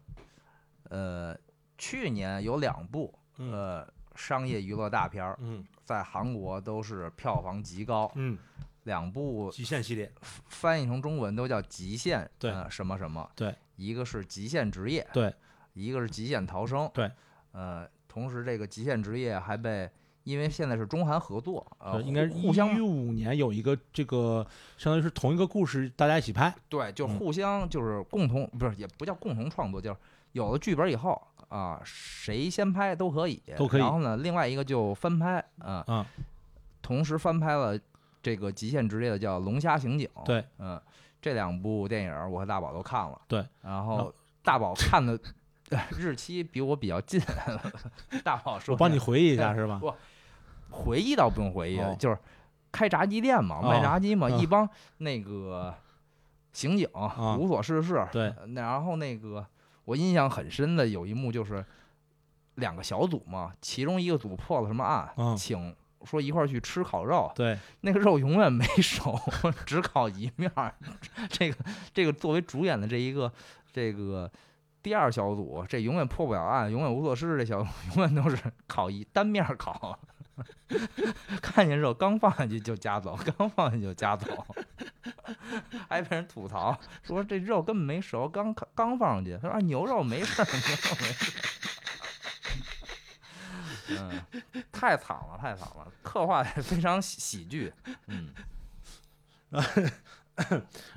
呃，去年有两部
嗯
呃商业娱乐大片儿
嗯
在韩国都是票房极高，
嗯，
两部
极限系列，
翻译成中文都叫《极限》
对
呃、什么什么
对，
一个是《极限职业》
对，
一个是《极限逃生》
对，
呃，同时这个《极限职业》还被因为现在是中韩合作，呃，
对，应该是
互相
一五年有一个这个，相当于是同一个故事，大家一起拍。
对，就
嗯
互相就是共同，不是也不叫共同创作，就是有了剧本以后啊，谁先拍都可以，
都可以
然后呢，另外一个就翻拍啊，
啊
同时翻拍了这个《极限职业》的叫《龙虾刑警》。
对，
嗯、这两部电影儿我和大宝都看了。
对，
然
然
后
后
大宝看的哎日期比我比较近， 大宝说
我帮你
是
回忆一下是吧？
回忆倒不用回忆了，
哦
就是开炸鸡店嘛，
哦
卖炸鸡嘛，
嗯
一帮那个刑警、
哦
无所事事。
对
呃，然后那个我印象很深的有一幕就是两个小组嘛，其中一个组破了什么案，
嗯
请说一块儿去吃烤肉，
对，
那个肉永远没熟， 只烤一面儿。 这个这个作为主演的这一个这个第二小组，这永远破不了案，永远无所事事。这小组 永远都是烤一单面儿烤， 看见肉刚放下去就夹走，刚放下去就夹走， 还被人吐槽说这肉根本没熟，刚刚放上去。他说、啊、牛肉没事儿， 牛肉没事儿。嗯。太惨了，太惨了，刻画的非常喜喜剧。嗯，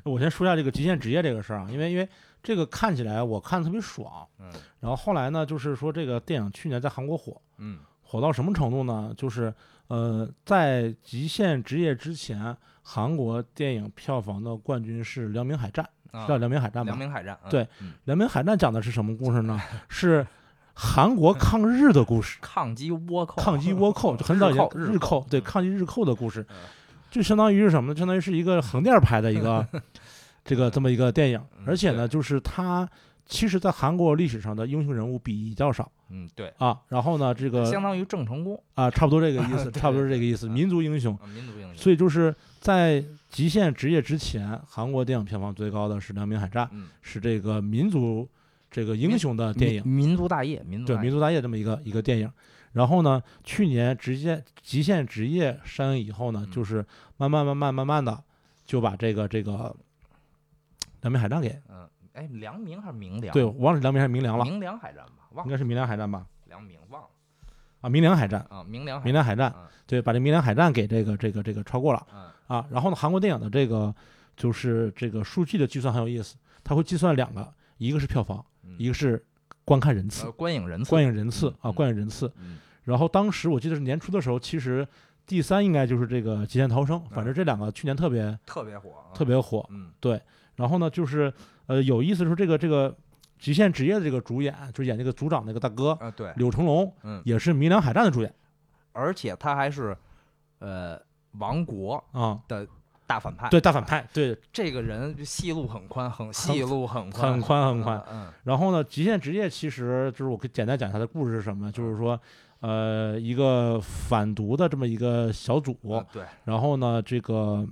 我先说一下这个《极限职业》这个事儿啊，因为因为这个看起来我看特别爽，
嗯
然后后来呢，就是说这个电影去年在韩国火，
嗯
火到什么程度呢？就是呃，在《极限职业》之前，韩国电影票房的冠军是《辽宁海战》，
啊
知道，《辽宁海战》吧？
辽宁海战，嗯
对，
嗯
《辽宁海战》讲的是什么故事 呢？是韩国抗日的故事，
抗击倭寇，
抗击倭寇，就很早以前
日寇日
寇对
嗯
抗击日寇的故事
嗯，
就相当于是什么呢？相当于是一个横店儿拍的一 个这个这么一个电影，
嗯
而且呢，
对
就是它其实，在韩国历史上的英雄人物比较少
嗯，对，
啊。然后呢，这
相
个
当于郑成功，
啊，差不多 这个意思，
对对
差不多是这个意思，
对
民族英雄。
啊民族英雄。
所以就是在《极限职业》之前，韩国电影票房最高的是《辽宁海战》，
嗯，
是这个民族这个英
民
雄的呃电影。
民民族大业，民族
对
大
民
业，
族大业这么一个一个电影。然后呢，去年直接极限职业上映以后呢，
嗯
就是慢慢慢慢慢慢的就把这个这个辽宁海战给
嗯，哎，梁明还是明良？
对，我忘了是辽宁还是明良了，
明良海战吧，忘
应
了
该是明良海战吧？
梁明忘了
啊，明良海战，
啊，明良海
明良海战，
嗯
对，把这明良海战给这个这个这个超过了
嗯
啊。然后呢，韩国电影的这个就是这个数据的计算很有意思，它会计算两个，一个是票房，
嗯，
一个是观看人次
呃，观影人次，
观影人次啊，
嗯
观影人次。
嗯
然后当时我记得是年初的时候，其实第三应该就是这个《极限逃生》，
嗯
反正这两个去年特别
特别火，啊
特，别火。
嗯
然后呢，就是呃有意思是这个这个《极限职业》的这个主演，就是演这个组长那个大哥
啊，对，
柳成龙，
嗯
也是《明良海战》的主演
而且他还是呃亡国
啊，
大反派，
对大反派，对
这个人戏路很宽，很戏路很宽，
很宽很宽。
嗯，
然后呢，《极限职业》其实就是我给简单讲一下它的故事是什么，就是说。呃，一个反毒的这么一个小组，
嗯，对，
然后呢，这个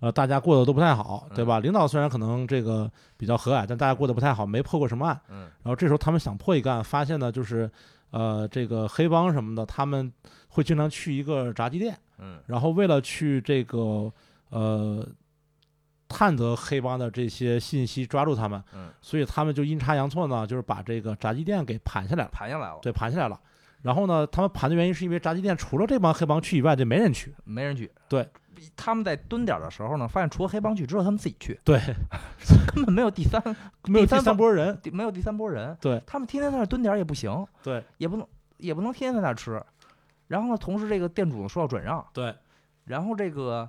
呃，大家过得都不太好，对吧？领导虽然可能这个比较和蔼，但大家过得不太好，没破过什么案。
嗯
然后这时候他们想破一个案，发现呢，就是呃，这个黑帮什么的，他们会经常去一个炸鸡店，
嗯
然后为了去这个呃。探得黑帮的这些信息，抓住他们，
嗯，
所以他们就阴差阳错呢，就是把这个炸鸡店给盘下来了，
盘下来了，
对，盘下来了。然后呢，他们盘的原因是因为炸鸡店除了这帮黑帮去以外，就没人去，
没人去。
对，
他们在蹲点的时候呢，发现除了黑帮去之后，他们自己去，
对，
根本没有第三，
没有
第
第
三
三
方
波人，
没有第三波人。
对，
他们天天在那儿蹲点也不行，
对
也不能也不能天天在那儿吃。然后呢，同时这个店主呢说要转让，
对
然后这个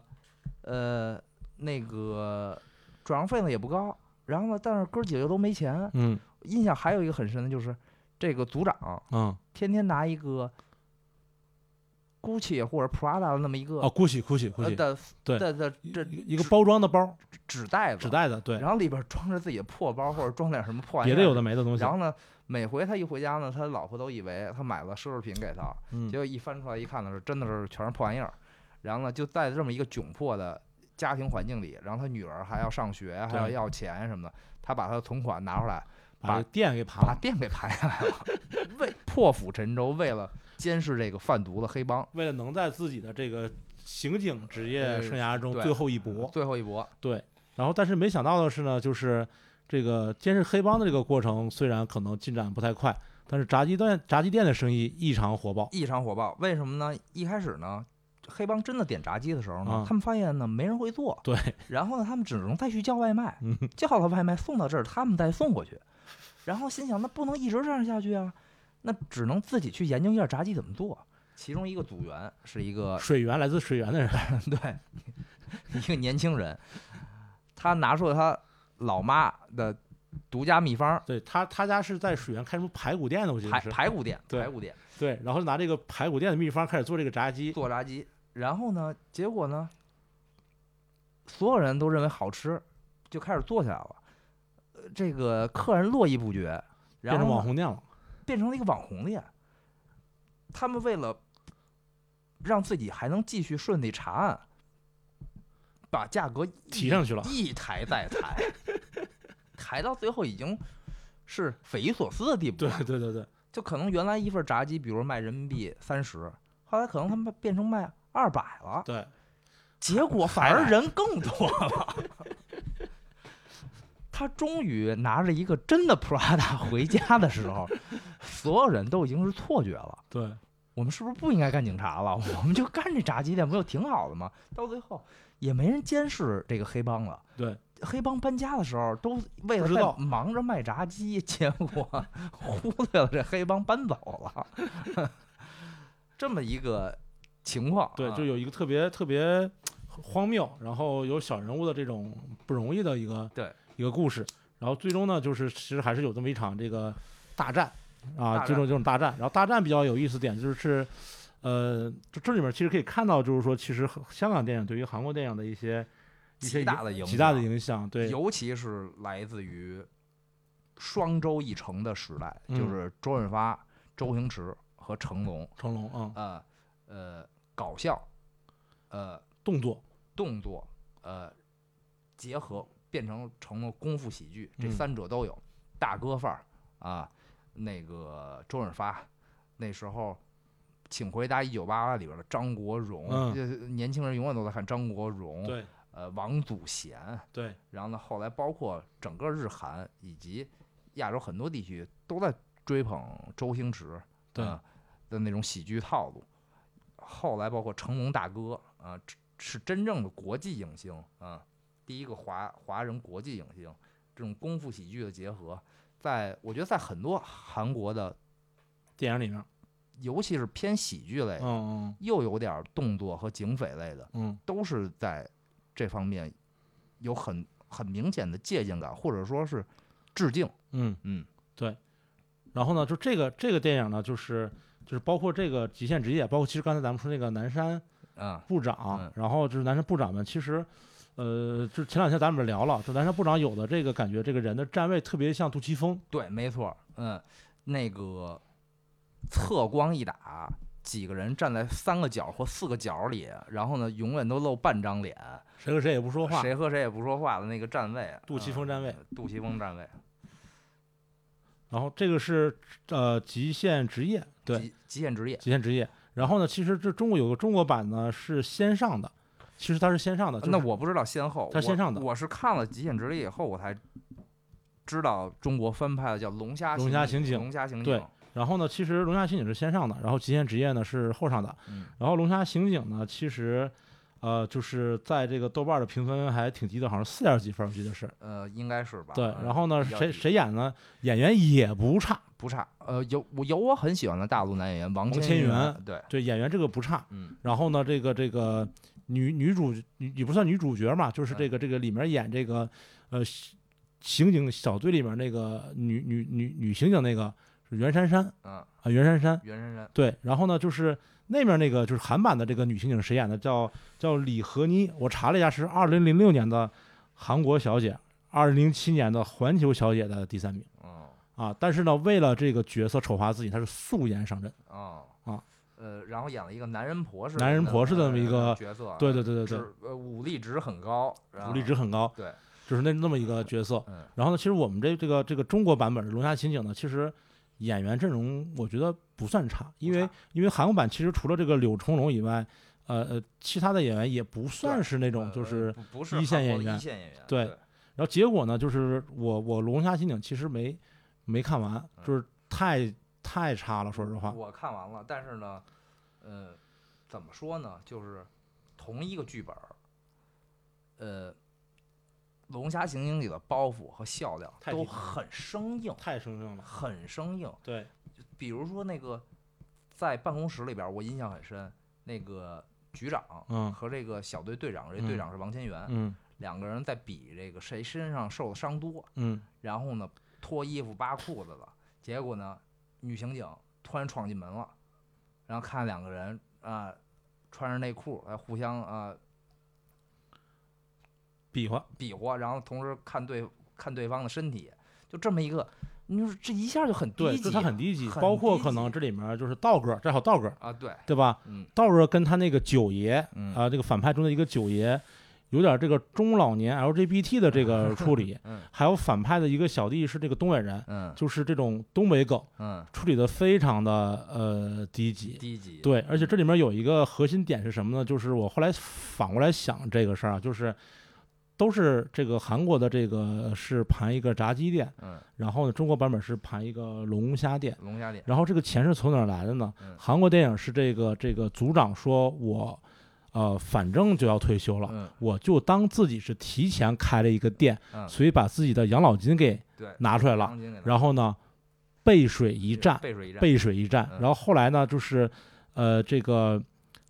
呃那个转让费呢也不高，然后呢，但是哥几个都没钱。
嗯
印象还有一个很深的就是这个组长。
嗯
天天拿一个 GUCCI 或者 Prada 的那么一个、
哦，姑息姑息姑
呃
息，
的
对
的的
一
这
一个包装的包，
纸袋子，
纸袋子，对，
然后里边装着自己的破包或者装点什么破玩意
别
儿
的有的。没的东西
然，后呢，每回他一回家呢，他老婆都以为他买了奢侈品给他，
嗯
结果一翻出来一看呢，是真的是全是破玩意儿。然后呢，就在这么一个窘迫的家庭环境里，然后他女儿还要上学，还要
对
要钱什么的，他把他的存款拿出来，
把这个店给盘
把
了，
店给盘下来了， 为破釜沉舟，为了监视这个贩毒的黑帮。
为了能在自己的这个刑警职业
呃
生涯中
对
最后一搏，
最后一搏，
对，然后但是没想到的是呢，就是这个监视黑帮的这个过程虽然可能进展不太快，但是炸鸡店炸鸡店的生意异常火爆，
异常火爆。为什么呢？一开始呢，黑帮真的点炸鸡的时候呢，
啊
他们发现呢没人会做，
对，
然后呢，他们只能再去叫外卖，
嗯
叫了外卖送到这儿，他们再送回去。然后心想，那不能一直这样下去啊，那只能自己去研究一下炸鸡怎么做。其中一个组员是一个
水源来自水源的人，
对，一个年轻人，他拿出了他老妈的独家秘方，
对他他家是在水源开什么排骨店的，我记
排
得是，
排骨店，
对
排骨店
对，然后拿这个排骨店的秘方开始做这个炸鸡，
做炸鸡。然后呢，结果呢，所有人都认为好吃，就开始做起来了。呃这个客人络绎不绝，
变
然后
成
呢
网红店了，
变成了一个网红店。他们为了让自己还能继续顺利查案，把价格一
提上去了，
一抬再抬， 抬到最后已经是匪夷所思的地步
对
了。
对对对，
就可能原来一份炸鸡，比如卖人民币三十，后来可能他们变成卖二百了，
对，
结果反而人更多了。他终于拿着一个真的 Prada 回家的时候，所有人都已经是错觉了。
对，
我们是不是不应该干警察了？我们就干这炸鸡店，不就挺好的吗？到最后也没人监视这个黑帮了。
对，
黑帮搬家的时候都为了
不知
在
道
忙着卖炸鸡，结 果忽略了这黑帮搬走了，这么一个情况啊、
对，就有一个特别特别荒谬，然后有小人物的这种不容易的一个
对
一个故事，然后最终呢，就是其实还是有这么一场这个大战啊，
大战
最终这种大战，然后大战比较有意思点就是，呃，这这里面其实可以看到，就是说，其实很香港电影对于韩国电影的一些一些
极大的影响，
极大的影响，对，
尤其是来自于双周一成的时代，
嗯
就是周润发、周星驰和成龙，
成龙啊、嗯，
呃呃，搞笑，呃
动作
动作，呃，结合变成成了功夫喜剧，这
嗯
三者都有，大哥范儿啊，那个周润发那时候，《请回答一九八八》里边的张国荣，
嗯
就是年轻人永远都在看张国荣，
对
呃，王祖贤，
对
然后呢，后来包括整个日韩以及亚洲很多地区都在追捧周星驰
对
啊的那种喜剧套路。后来包括成龙大哥啊，这是真正的国际影星啊，第一个华华人国际影星。这种功夫喜剧的结合，在我觉得在很多韩国的，
电影里面，
尤其是偏喜剧类，
嗯
又有点动作和警匪类的，
嗯嗯，
都是在这方面有很很明显的借鉴感，或者说是致敬。
嗯
嗯，
对。然后呢，就这个这个电影呢，就是就是包括这个《极限职业》，包括其实刚才咱们说那个南山
啊，
部长，
嗯
然后就是南山部长们，其实。呃，就前两天咱们也聊了，就南山部长有的这个感觉，这个人的站位特别像杜琪峰，
对，没错。嗯，那个侧光一打，几个人站在三个角或四个角里，然后呢，永远都露半张脸，
谁和谁也不说话。
谁和谁也不说话的那个站位，
杜琪
嗯
峰站位，
杜琪峰站位，
然后这个是呃《极限职业》，对，啊《
极极限职业。
极限职业》。然后呢，其实这中国有个中国版呢是先上的，其实它是先上的。就是
那我不知道先后，
它是线上的
我我是看了《极限之力》以后，我才知道中国翻拍的叫《龙虾
龙虾
刑
刑警
龙虾刑警
对》。然后呢，其实《龙虾刑警》是先上的，然后《极限职业呢》是后上的。
嗯
然后《龙虾刑警》呢，其实呃就是在这个豆瓣的评分还挺低的，好像四点几分，我记得是。
呃，应该是吧？
对，
嗯
然后呢，
比较
谁
低
谁演呢？演员也不差，
不差？呃，有我有我很喜欢的大陆男演员王
王
千
千
源，
源
对，
对，演员这个不差。
嗯
然后呢，这个这个女女主女也不算女主角嘛，就是
嗯
这个这个里面演这个呃刑刑警小队里面那个女女女女刑警那个是袁姗姗
嗯，
啊，袁姗姗。
袁姗姗，
对，然后呢，就是那面那个就是韩版的这个女刑警谁演的？叫叫李和妮。我查了一下，是二零零六年的韩国小姐，二零零七年的环球小姐的第三名
嗯
啊。但是呢，为了这个角色丑化自己，她是素颜上阵。
哦
啊
呃，然后演了一个男人婆似的
男人婆似的
呃
那么一个
角色，
对对对对
是，呃，武力值很高，
对，
武
武力值很高，
对，
就是那那么一个角色。
嗯
然后呢，其实我们这这个这个中国版本的《龙虾刑警》呢，其实演员阵容我觉得不算差，因为
差
因为韩国版其实除了这个柳成龙以外，呃呃，其他的演员也不算
对
是那种
呃
就是。
不不是
一线
韩国的
演员
一线演员，
对然后
嗯
结果呢，就是我我《龙虾刑警》其实没没看完，就是太太差了，说实话。
我看完了，但是呢，呃，怎么说呢？就是同一个剧本儿，呃，《龙虾行星》里的包袱和笑料
太
都
低级了
很生硬，
太生硬了，
很生硬。
对，
比如说那个在办公室里边儿，我印象很深，那个局长
嗯
和这个小队队长，这队
嗯
长是王千源，
嗯
两个人在比这个谁身上受的伤多。
嗯，
然后呢脱衣服扒裤子了。结果呢，女刑警突然闯进门了，然后看两个人啊、穿着内裤，哎，互相啊、
比划，
比划，然后同时看对看对方的身体，就这么一个，你说这一下就很
对，
低级啊
这它很低级，
很
包括
低
可
级
能这里面就是道哥，这还有道哥，
啊，对，
对吧？
嗯
道哥跟他那个九爷
嗯，
啊、这个反派中的一个九爷，有点这个中老年 LGBT 的这个处理
嗯
还有反派的一个小弟是这个东北人，
嗯
就是这种东北梗
嗯，
处理的非常的呃低级。
低级，
对，而且这里面有一个核心点是什么呢？就是我后来反过来想这个事儿啊，就是都是这个韩国的这个是盘一个炸鸡店，
嗯，
然后呢中国版本是盘一个龙虾店，
龙虾点，
然后这个钱是从哪儿来的呢？
嗯
韩国电影是这个这个组长说我，呃，反正就要退休了，
嗯
我就当自己是提前开了一个店，
嗯，
所以把自己的养老金给
对，
拿出来了，
钢筋给它
然后呢，背水一战，
背水一战，
背水一战。
嗯
然后后来呢，就是呃，这个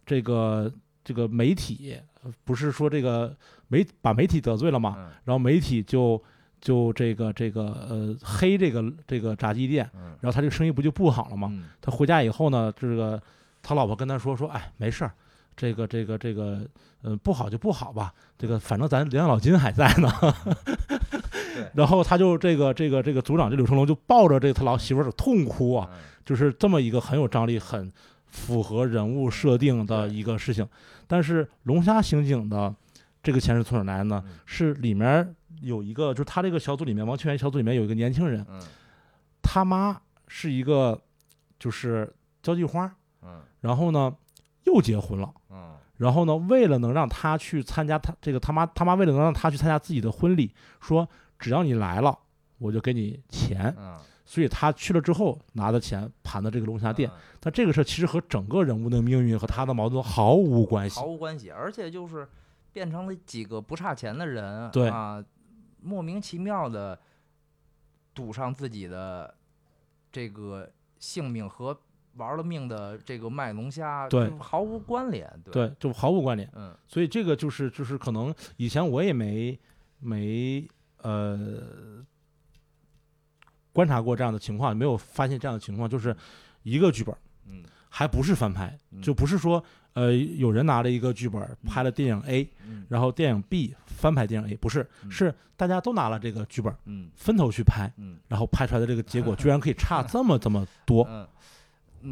这个这个媒体呃不是说这个媒把媒体得罪了嘛，
嗯
然后媒体就就这个这个呃黑这个这个炸鸡店，
嗯
然后他这个生意不就不好了吗？
嗯
他回家以后呢，这个他老婆跟他说说，哎，没事儿，这个这个这个，嗯、不好就不好吧，这个反正咱养老金还在呢。
对
然后他就这个这个这个组长这柳成龙就抱着这个他老媳妇儿痛哭啊，
嗯
就是这么一个很有张力、很符合人物设定的一个事情。但是《龙虾刑警》的这个钱是从哪儿来呢？
嗯
是里面儿有一个，就是他这个小组里面，王千源小组里面有一个年轻人，
嗯
他妈是一个就是交际花，
嗯
然后呢又结婚了，
嗯
然后呢为了能让他去参加他这个他妈他妈为了能让他去参加自己的婚礼，说只要你来了我就给你钱，
嗯，
所以他去了之后拿的钱盘的这个龙虾店
嗯，，
但这个事儿其实和整个人物的命运和他的矛盾毫无关系
毫，无关系，而且就是变成了几个不差钱的人，
对
啊，莫名其妙的赌上自己的这个性命和玩了命的这个卖龙虾，
对
就毫无关联，对，
对，就毫无关联。
嗯
所以这个就是就是可能以前我也没没呃观察过这样的情况，没有发现这样的情况，就是一个剧本
嗯
还不是翻拍，
嗯
就不是说呃有人拿着一个剧本拍了电影 A，
嗯
然后电影 B 翻拍电影 A，不是，
嗯
是大家都拿了这个剧本
嗯
分头去拍，
嗯
然后拍出来的这个结 果居然可以差这么这么多，
嗯，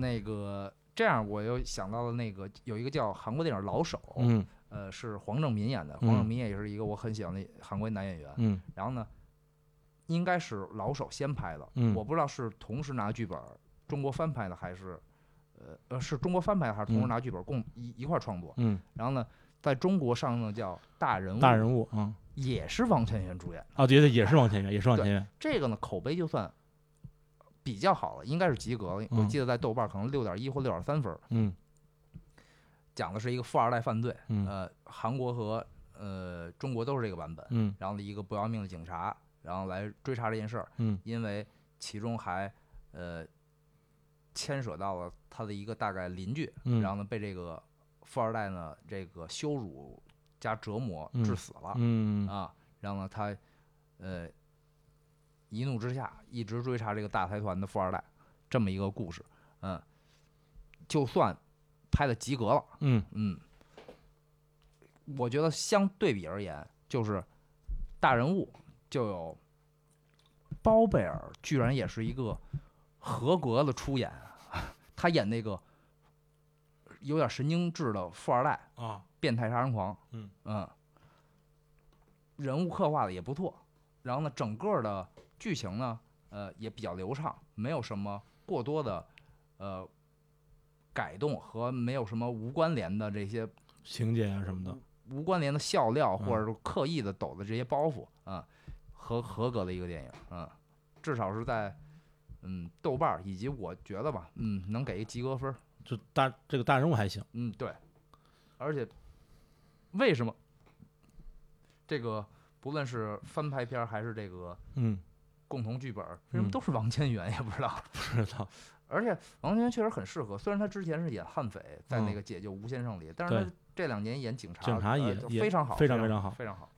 那个这样我又想到了那个有一个叫韩国电影《老手》，
嗯
呃，是黄正民演的，黄正
嗯
民也是一个我很喜欢的韩国男演员，
嗯
然后呢，应该是老手先拍的，
嗯
我不知道是同时拿剧本儿中国翻拍的还是，呃呃是中国翻拍的还是同时
嗯
拿剧本儿共一一块儿创作。
嗯，
然后呢，在中国上映的叫《大人物》，
大人物啊
也是王千源主演的，
啊，觉得也是往前远，也是往前远，
这个呢口碑就算比较好了，应该是及格了。我
嗯
记得在豆瓣儿可能六点一或六点三分儿，
嗯
讲的是一个富二代犯罪，
嗯
呃，韩国和呃中国都是这个版本。
嗯
然后一个不要命的警察，然后来追查这件事儿。
嗯，
因为其中还呃牵扯到了他的一个大概邻居，
嗯，
然后呢被这个富二代呢这个羞辱加折磨致
嗯
死了、
嗯
啊，然后呢他呃一怒之下一直追查这个大财团的富二代，这么一个故事，嗯，就算拍的及格了，
嗯
嗯，我觉得相对比而言，就是大人物就有包贝尔，居然也是一个合格的出演，啊他演那个有点神经质的富二代、
啊，
变态杀人狂，
嗯
人物刻画的也不错，然后呢，整个的剧情呢，呃，也比较流畅，没有什么过多的呃改动和没有什么无关联的这些
情节啊什么的，
无关联的笑料，
嗯
或者是刻意的嗯抖的这些包袱啊，合合格的一个电影，嗯，至少是在嗯，豆瓣儿以及我觉得吧，嗯，能给一及格分儿。
就大这个大人物还行，
嗯，对。而且为什么这个不论是翻拍片儿还是这个
嗯，
共同剧本儿，为什么
嗯
都是王千源？也不知道。
不知道，
而且王千源确实很适合，虽然他之前是演悍匪，在那
嗯
个《解救吴先生》里，但是
对
他这两年演警察，
警察
呃
也
就
也
非常好，
非常
非
非常好
非常好。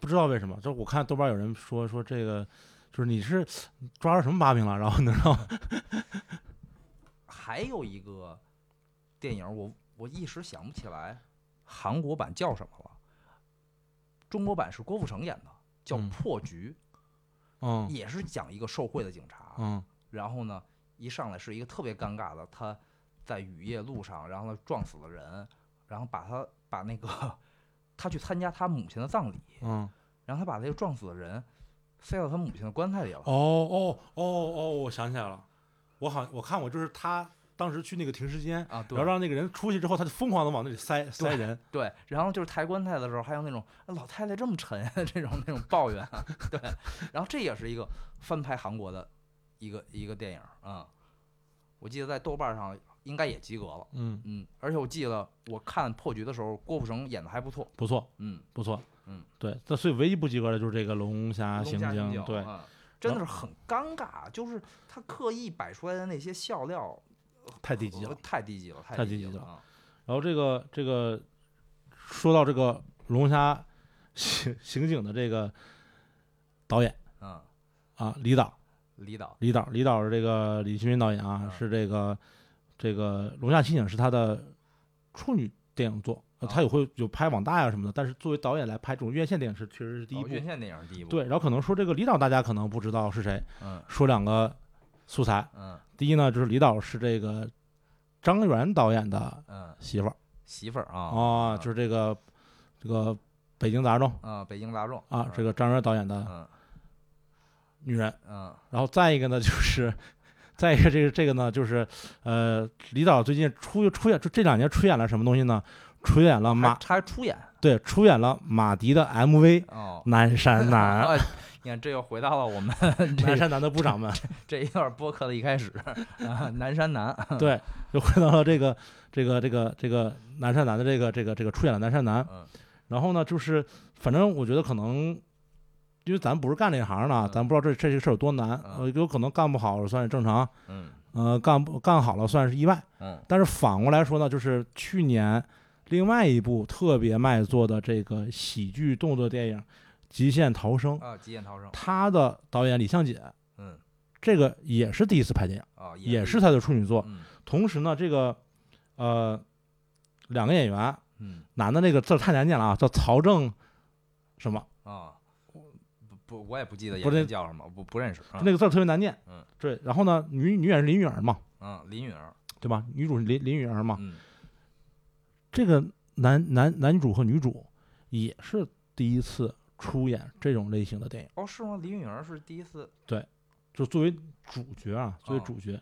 不知道为什么，就我看豆瓣有人说说这个，就是你是抓着什么把柄了，然后能让
还有一个电影，我我一时想不起来韩国版叫什么了，中国版是郭富城演的，叫《
嗯
破局》，
嗯
也是讲一个受贿的警察，
嗯
然后呢，一上来是一个特别尴尬的，他在雨夜路上，然后呢撞死了人，然后把他把那个他去参加他母亲的葬礼，
嗯，
然后他把那个撞死的人塞到他母亲的棺材里了。
哦哦哦哦，我想起来了，我好我看我就是他当时去那个停尸间，
啊，
然后
对
让那个人出去之后，他就疯狂的往那里塞塞人，
对，然后就是抬棺材的时候，还有那种、哎、老太太这么沉呀、这种那种抱怨，啊 对，然后这也是一个翻拍韩国的一个一个电影，嗯，我记得在豆瓣上应该也及格了，
嗯，
嗯，而且我记得我看《破局》的时候，郭富城演的还不错，
不错
嗯，
不错，
嗯，
对，那所以唯一不及格的就是这个龙
啊
虾
龙虾
经
行，
对，
嗯真的是很尴尬，就是他刻意摆出来的那些笑料
太低级
呃
了。
太低级了，
太
太
低
低
级
级
了
啊
然后这个这个说到这个龙虾刑刑警的这个导演
嗯，
啊，李导。
李导，
李导，李导是这个李新民导演啊，
嗯
是这个这个《龙下七警》是他的处女电影作，呃
啊
他也会有拍网大呀、什么的，但是作为导演来拍这种院线电影是确实是第一
哦
部。
院线电影第一部，
对，，然后可能说这个李导大家可能不知道是谁，
嗯
说两个素材，
嗯
第一呢就是李导是这个张元导演的
嗯，
媳妇儿
媳妇儿
啊、
啊
就是这个这个北京杂种
啊，北京大众
啊，这
个
个张元导演的
嗯
女人。
嗯
然后再一个呢，就是再一个这个这个呢，就是呃，李导最近出出演就这两年出演了什么东西呢？出演了
还
马
他还出演
对出演了马迪的 MV《。
哦
南山南
啊，你看，这又回到了我们》，
南
这
山南的部长们，
这一段播客的一开始，啊南山南，
对，又回到了这个这个这个这个南山南的这个这个这个出演了南山南。
嗯
然后呢，就是反正我觉得可能。因为咱不是干这行的，
嗯
咱不知道这这个事儿有多难，呃，有可能干不好算是正常，
嗯
呃，干不干好了算是意外。
嗯
但是反过来说呢，就是去年另外一部特别卖座的这个喜剧动作电影《极限逃生》，
啊，极限逃生，
他的导演李相姐，
嗯
这个也是第一次拍电影，
啊，
也
是
是他的处女作。
嗯
同时呢，这个呃两个演员，
嗯
男的那个字儿太难念了啊，叫曹正什么，
啊，不不，我也不记得
不
演
是
员叫什么，不不认识，
就那个字儿特别难念。
啊嗯，
对。然后呢，女女演员是林允儿嘛，
嗯，林允儿，
对吧？女主是林林允儿嘛，
嗯
这个男男男主和女主也是第一次出演这种类型的电影，
哦，是吗？林允儿是第一次
就作为主角啊，作为
哦
主角，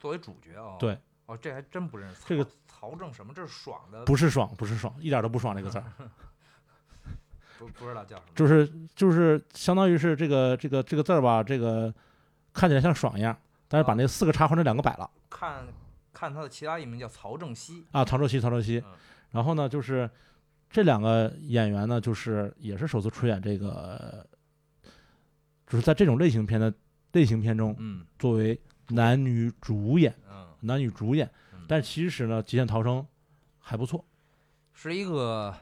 作为主角哦。
对，
哦，这还真不认识。
这个
曹曹正什么？这是爽的，
不是爽，不是爽，一点都不爽这个字
嗯
儿，
不不知道叫什么。
就是就是相当于是这个这个这个字儿吧，这个看起来像爽一样，但是把
啊
那四个叉换成两个摆了
看看他的其他艺名叫曹正熙，
啊，曹周熙，曹周熙
嗯，
然后呢就是这两个演员呢，就是也是首次出演这个，就是在这种类型片的类型片中
嗯
作为男女主演。
嗯，
男女主演
嗯，
但其实呢，《极限逃生》还不错。
是一个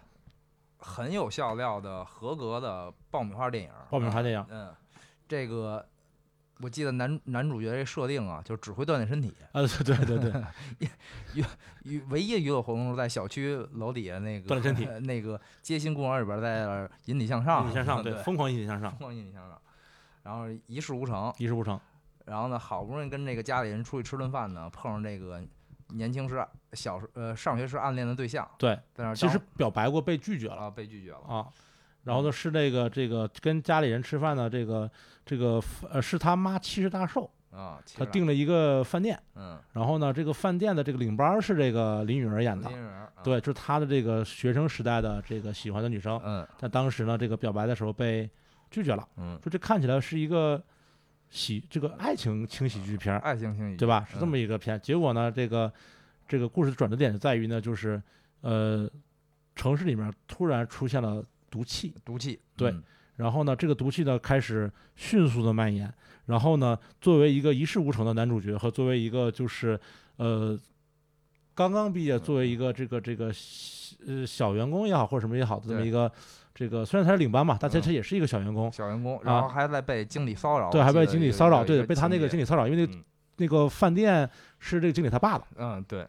很有笑料的合格的爆米花电影。
爆米花电影，
嗯，这个我记得男男主角这设定啊，就只会锻炼身体，
啊，对 对对对，
娱唯一的娱乐活动是在小区楼底下那个
锻炼身体
那个街心公园里边儿在那儿引体向上，
引体向 上，
对，
疯狂引体向上
疯，狂引体向上，然后一事无成，
一事无成。
然后呢，好不容易跟这个家里人出去吃顿饭呢，碰上这个年轻时小时呃上学时暗恋的对象，
对，
在那儿
其实
当嗯
表白过，被拒绝了
啊被拒绝了，
啊。然后呢，是那个这个跟家里人吃饭的这个这个呃，是他妈七十大寿，
啊，其
他
实
订了一个饭店。
嗯，
然后呢，这个饭店的这个领班是这个林允儿演的
林，人啊，
对，就是他的这个学生时代的这个喜欢的女生。
嗯
但当时呢，这个表白的时候被拒绝了。
嗯
就这看起来是一个喜这个爱情轻喜剧片儿，
爱情情侣
啊对吧？是这么
一
一个片。结果呢，这个这个故事的转折点就在于呢，就是呃，城市里面突然出现了毒气，
毒气，
对
嗯
然后呢，这个毒气呢开始迅速的蔓延。然后呢，作为一个一事无成的男主角和作为一个就是呃刚刚毕业，作为一个这个这个呃小员工也好或者什么也好的这么
对
一个这个，虽然他是领班嘛，但其
嗯
实也是一个小员工，
小员工，
啊
然后还在被经理骚扰，
对，
我
还
记
被
得
经理
有
骚扰，
有一
对，被他那
情
个
节
经理骚扰，因为那个
嗯
那个饭店是这个经理他爸的。
嗯，对，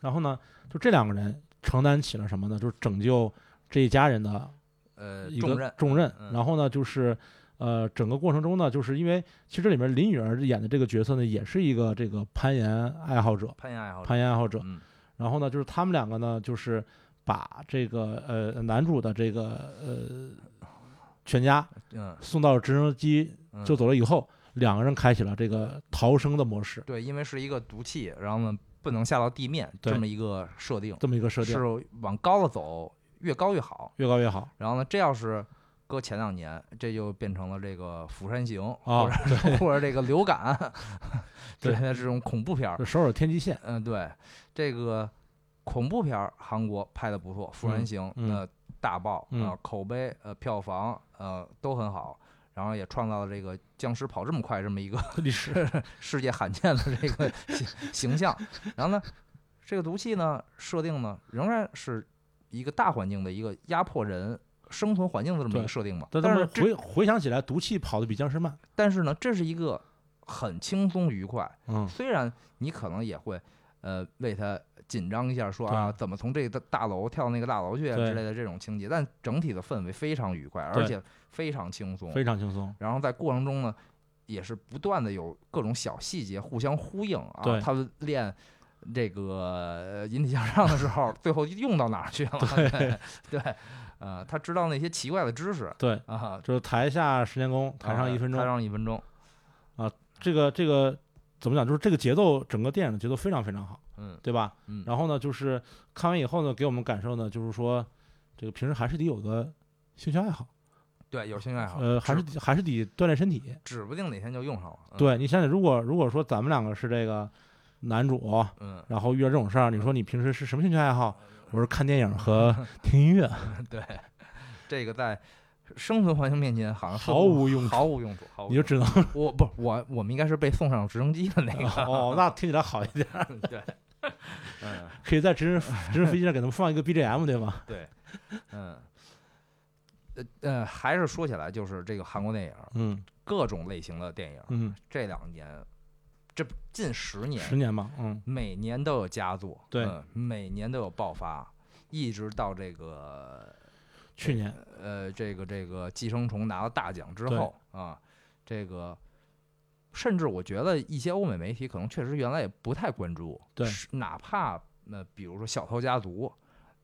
然后呢，就这两个人承担起了什么呢？就是拯救这一家人的
呃，
一
重
个
任，
重任。
嗯
然后呢，就是呃，整个过程中呢，就是因为其实这里面林允儿演的这个角色呢，也是一个这个攀岩爱好者，
攀岩爱好者，
攀岩爱好者。
嗯，
然后呢，就是他们两个呢，就是把这个呃男主的这个呃全家
嗯
送到直升机
嗯，
就走了以后，两个人开启了这个逃生的模式，
对，因为是一个毒气，然后呢不能下到地面这
对
么一个设定，
这么一个设定，
是往高了走，越高越好。
越高越好。
然后呢，这要是搁前两年，这就变成了这个《釜山行》
啊
或者 或者这个流感，对
对
这种恐怖片儿
这，首尔天际线，
嗯，对，这个恐怖片儿韩国拍的不错，《釜山
嗯
行》
嗯
呃大爆，
嗯
呃口碑呃票房呃都很好，然后也创造了这个僵尸跑这么快这么一个
历史
世界罕见的这个形形象。然后呢，这个毒气呢设定呢仍然是一个大环境的一个压迫人生存环境的这么一个
对
设定嘛，
但他
但是
们
这
回回想起来，毒气跑得比僵尸慢。
但是呢，这是一个很轻松愉快，
嗯，
虽然你可能也会，呃，为他紧张一下，说啊，怎么从这个大楼跳那个大楼去啊之
对
类的这种情节，但整体的氛围非常愉快，而
对
且非常轻松。
非常轻松。
然后在过程中呢，也是不断的有各种小细节互相呼应啊。
对
他们练这个呃引体向上的时候，最后用到哪儿去了？对 对，呃，他知道那些奇怪的知识
对，
啊，
就是台下十年功，台上一分钟。
台上一分钟，
这个这个怎么讲？就是这个节奏，整个电影的节奏非常非常好，
嗯
对吧？
嗯，
然后呢，就是看完以后呢，给我们感受呢，就是说，这个平时还是得有个兴趣爱好，
对，有兴趣爱好，
呃，还是
指
得还是得锻炼身体。
指不定哪天就用上了。嗯，
对你想想，如果如果说咱们两个是这个男主，
嗯。
然后遇到这种事儿，你说你平时是什么兴趣爱好？我是看电影 和听音乐，
对，这个在生存环境面前好像似乎
毫无用处。
毫无用处，毫无
你就
用处。
只能
我不是我，我们应该是被送上直升机的那个。
哦，那听起来好一点。
对，嗯，
可以在直升直升飞机上给他们放一个 BGM，对吧？
对，嗯，呃呃，还是说起来，就是这个韩国电影，
嗯
各种类型的电影，
嗯，
这两年，这近十年，
十年吧，嗯，
每年都有佳作，
对
嗯每年都有爆发，一直到这个
去年
呃，这个这个《寄生虫》拿了大奖之
对
后啊，这个甚至我觉得一些欧美媒体可能确实原来也不太关注，
对
是，哪怕呃，比如说《小偷家族》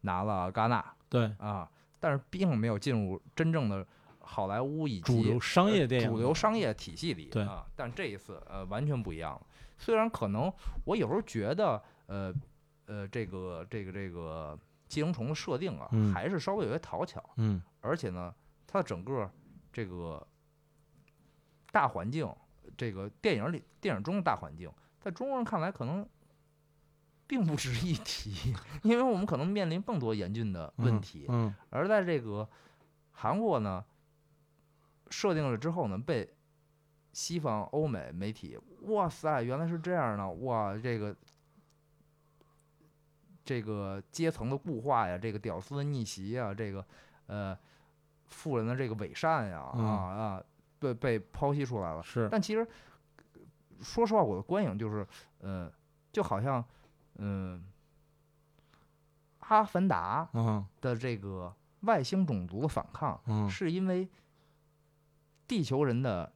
拿了戛纳
对
啊，但是并没有进入真正的好莱坞以及呃
主流商业电影，
主流商业体系里
对
啊，但这一次呃完全不一样了。虽然可能我有时候觉得呃呃这个这个这个寄生虫的设定啊，
嗯
还是稍微有些讨巧。
嗯，
而且呢，它的整个这个大环境，这个电影里电影中的大环境，在中国人看来可能并不值一提， 因为我们可能面临更多严峻的问
嗯
题。
嗯，
而在这个韩国呢，设定了之后呢，被西方欧美媒体，哇塞，原来是这样呢，哇，这个这个阶层的固化呀，这个屌丝的逆袭呀，这个呃富人的这个伪善呀，啊
嗯
啊，被被剖析出来了。
是
但其实说实话，我的观影就是，呃，就好像，嗯、阿凡达》
嗯
的这个外星种族的反抗，
嗯
是因为地球人的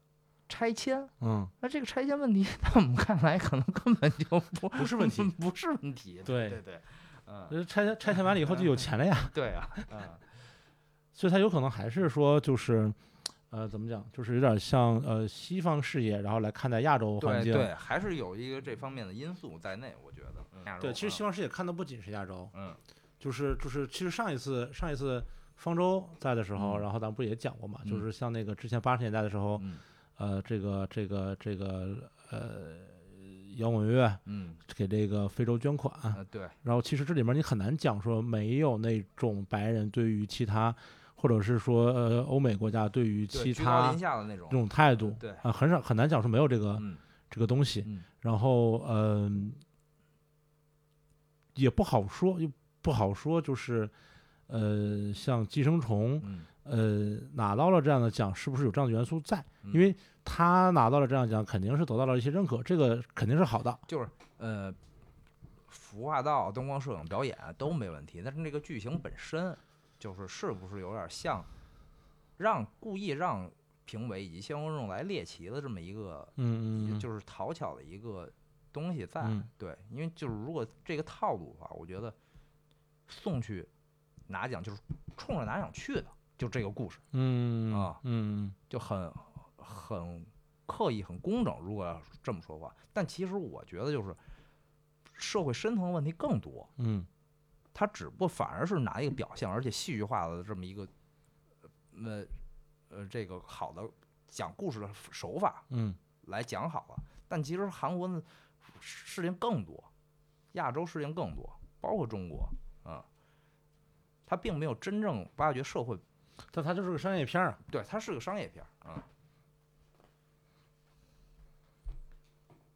拆迁。
嗯，
那这个拆迁问题， 在我们看来，可能根本就不
不是问题
不是问题。
对
对对，嗯，
呃拆迁拆迁完了以后就有钱了呀，
对 啊，嗯，
所以他有可能还是说就是。呃，怎么讲？就是有点像呃西方视野，然后来看待亚洲环
对
境。
对，还是有一个这方面的因素在内，我觉得。嗯
对其实西，方视野看的不仅是亚洲，
嗯
就是就是，其实上一次上一次方舟在的时候，
嗯
然后咱们不也讲过嘛？就
嗯
是像那个之前八十年代的时候，
嗯
呃，这个这个这个呃摇滚乐
嗯，
给这个非洲捐款，
呃，对，
然后其实这里面你很难讲说没有那种白人对于其他，或者是说呃欧美国家对于
对
其
居高
他
临下的那
这
种，嗯
种态度，
对
啊、很少很难讲说没有这个、
嗯
这个东西。
嗯
然后嗯、也不好说，又不好说，就是呃，像寄生虫，
嗯，
呃，拿到了这样的奖，是不是有这样的元素在？
嗯
因为他拿到了这样的奖，肯定是得到了一些认可，这个肯定是好的。
就是呃，服化道、灯光、摄影、表演都没问题，但是那个剧情本身就是是不是有点像让故意让评委以及相观众来猎奇的这么一个
嗯
也
嗯嗯，
就是讨巧的一个东西在。
嗯
对，因为就是如果这个套路的话，我觉得送去拿奖就是冲着拿奖去的，就这个故事
嗯
啊
嗯
就很很刻意、很工整。如果要这么说话，但其实我觉得就是社会深层问题更多，
嗯
它只不过反而是拿一个表象，而且戏剧化的这么一个呃呃这个好的讲故事的手法
嗯
来讲好了。但其实韩国的事情更多，亚洲事情更多，包括中国，嗯，它并没有真正挖掘社会，
嗯，但它就是个商业片儿啊。
对，它是个商业片儿，嗯，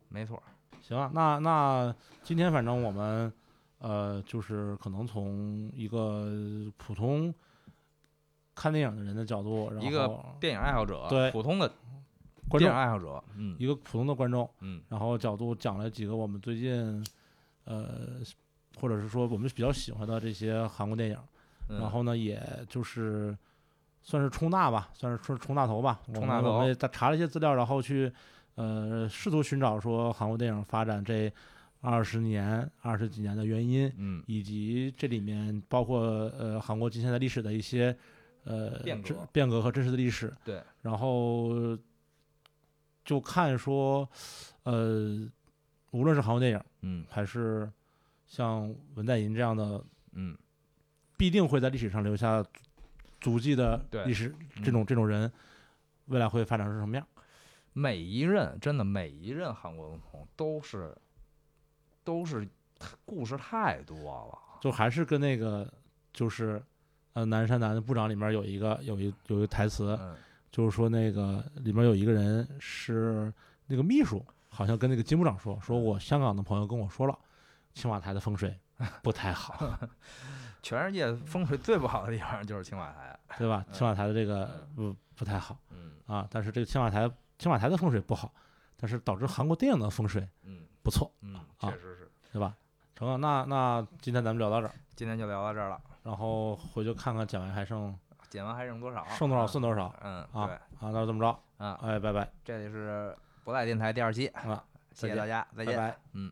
没错儿，
行啊，那那今天反正我们呃，就是可能从一个普通看电影的人的角度，然后
一个电影爱好者，
对
普通的
观
电影
众，
爱好者，嗯
一个普通的观众，
嗯
然后角度讲了几个我们最近呃，或者是说我们比较喜欢的这些韩国电影，
嗯，
然后呢，也就是算是冲大吧，算是冲冲大头吧。我
冲
们
大头
我们也在查了一些资料，然后去呃试图寻找说韩国电影发展这二十年、二十几年的原因，
嗯
以及这里面包括呃韩国近现代历史的一些呃
变
真
革
变革和真实的历史。
对，
然后就看说呃，无论是韩国电影
嗯
还是像文在寅这样的
嗯
必定会在历史上留下足足迹的
对
历史
嗯
这种这种人，未来会发展成什么样？
每一任真的每一任韩国总统都是都是故事太多了，
就还是跟那个就是呃南山南的部长里面有一个有一有一个台词，
嗯。
就是说那个里面有一个人是那个秘书，好像跟那个金部长说，
嗯
说我香港的朋友跟我说了，青瓦台的风水不 太好，
全世界风水最不好的地方就是青瓦台。啊
对吧？青瓦台的这个不不太好
嗯
啊，但是这个青瓦台青瓦台的风水不好，但是导致韩国电影的风水
嗯
不错。
嗯，确
啊
实是。
对吧？成啊，那那今天咱们聊到这儿，
今天就聊到这儿了，
然后回去看看讲完还剩
剪完还剩多少？
剩多少
啊
算多少啊？
嗯，
啊
对
那就这么着，
啊，
哎，拜拜，
这里是不赖电台第二期
啊，
谢谢
再见
大家，再
拜
见。
拜，
嗯。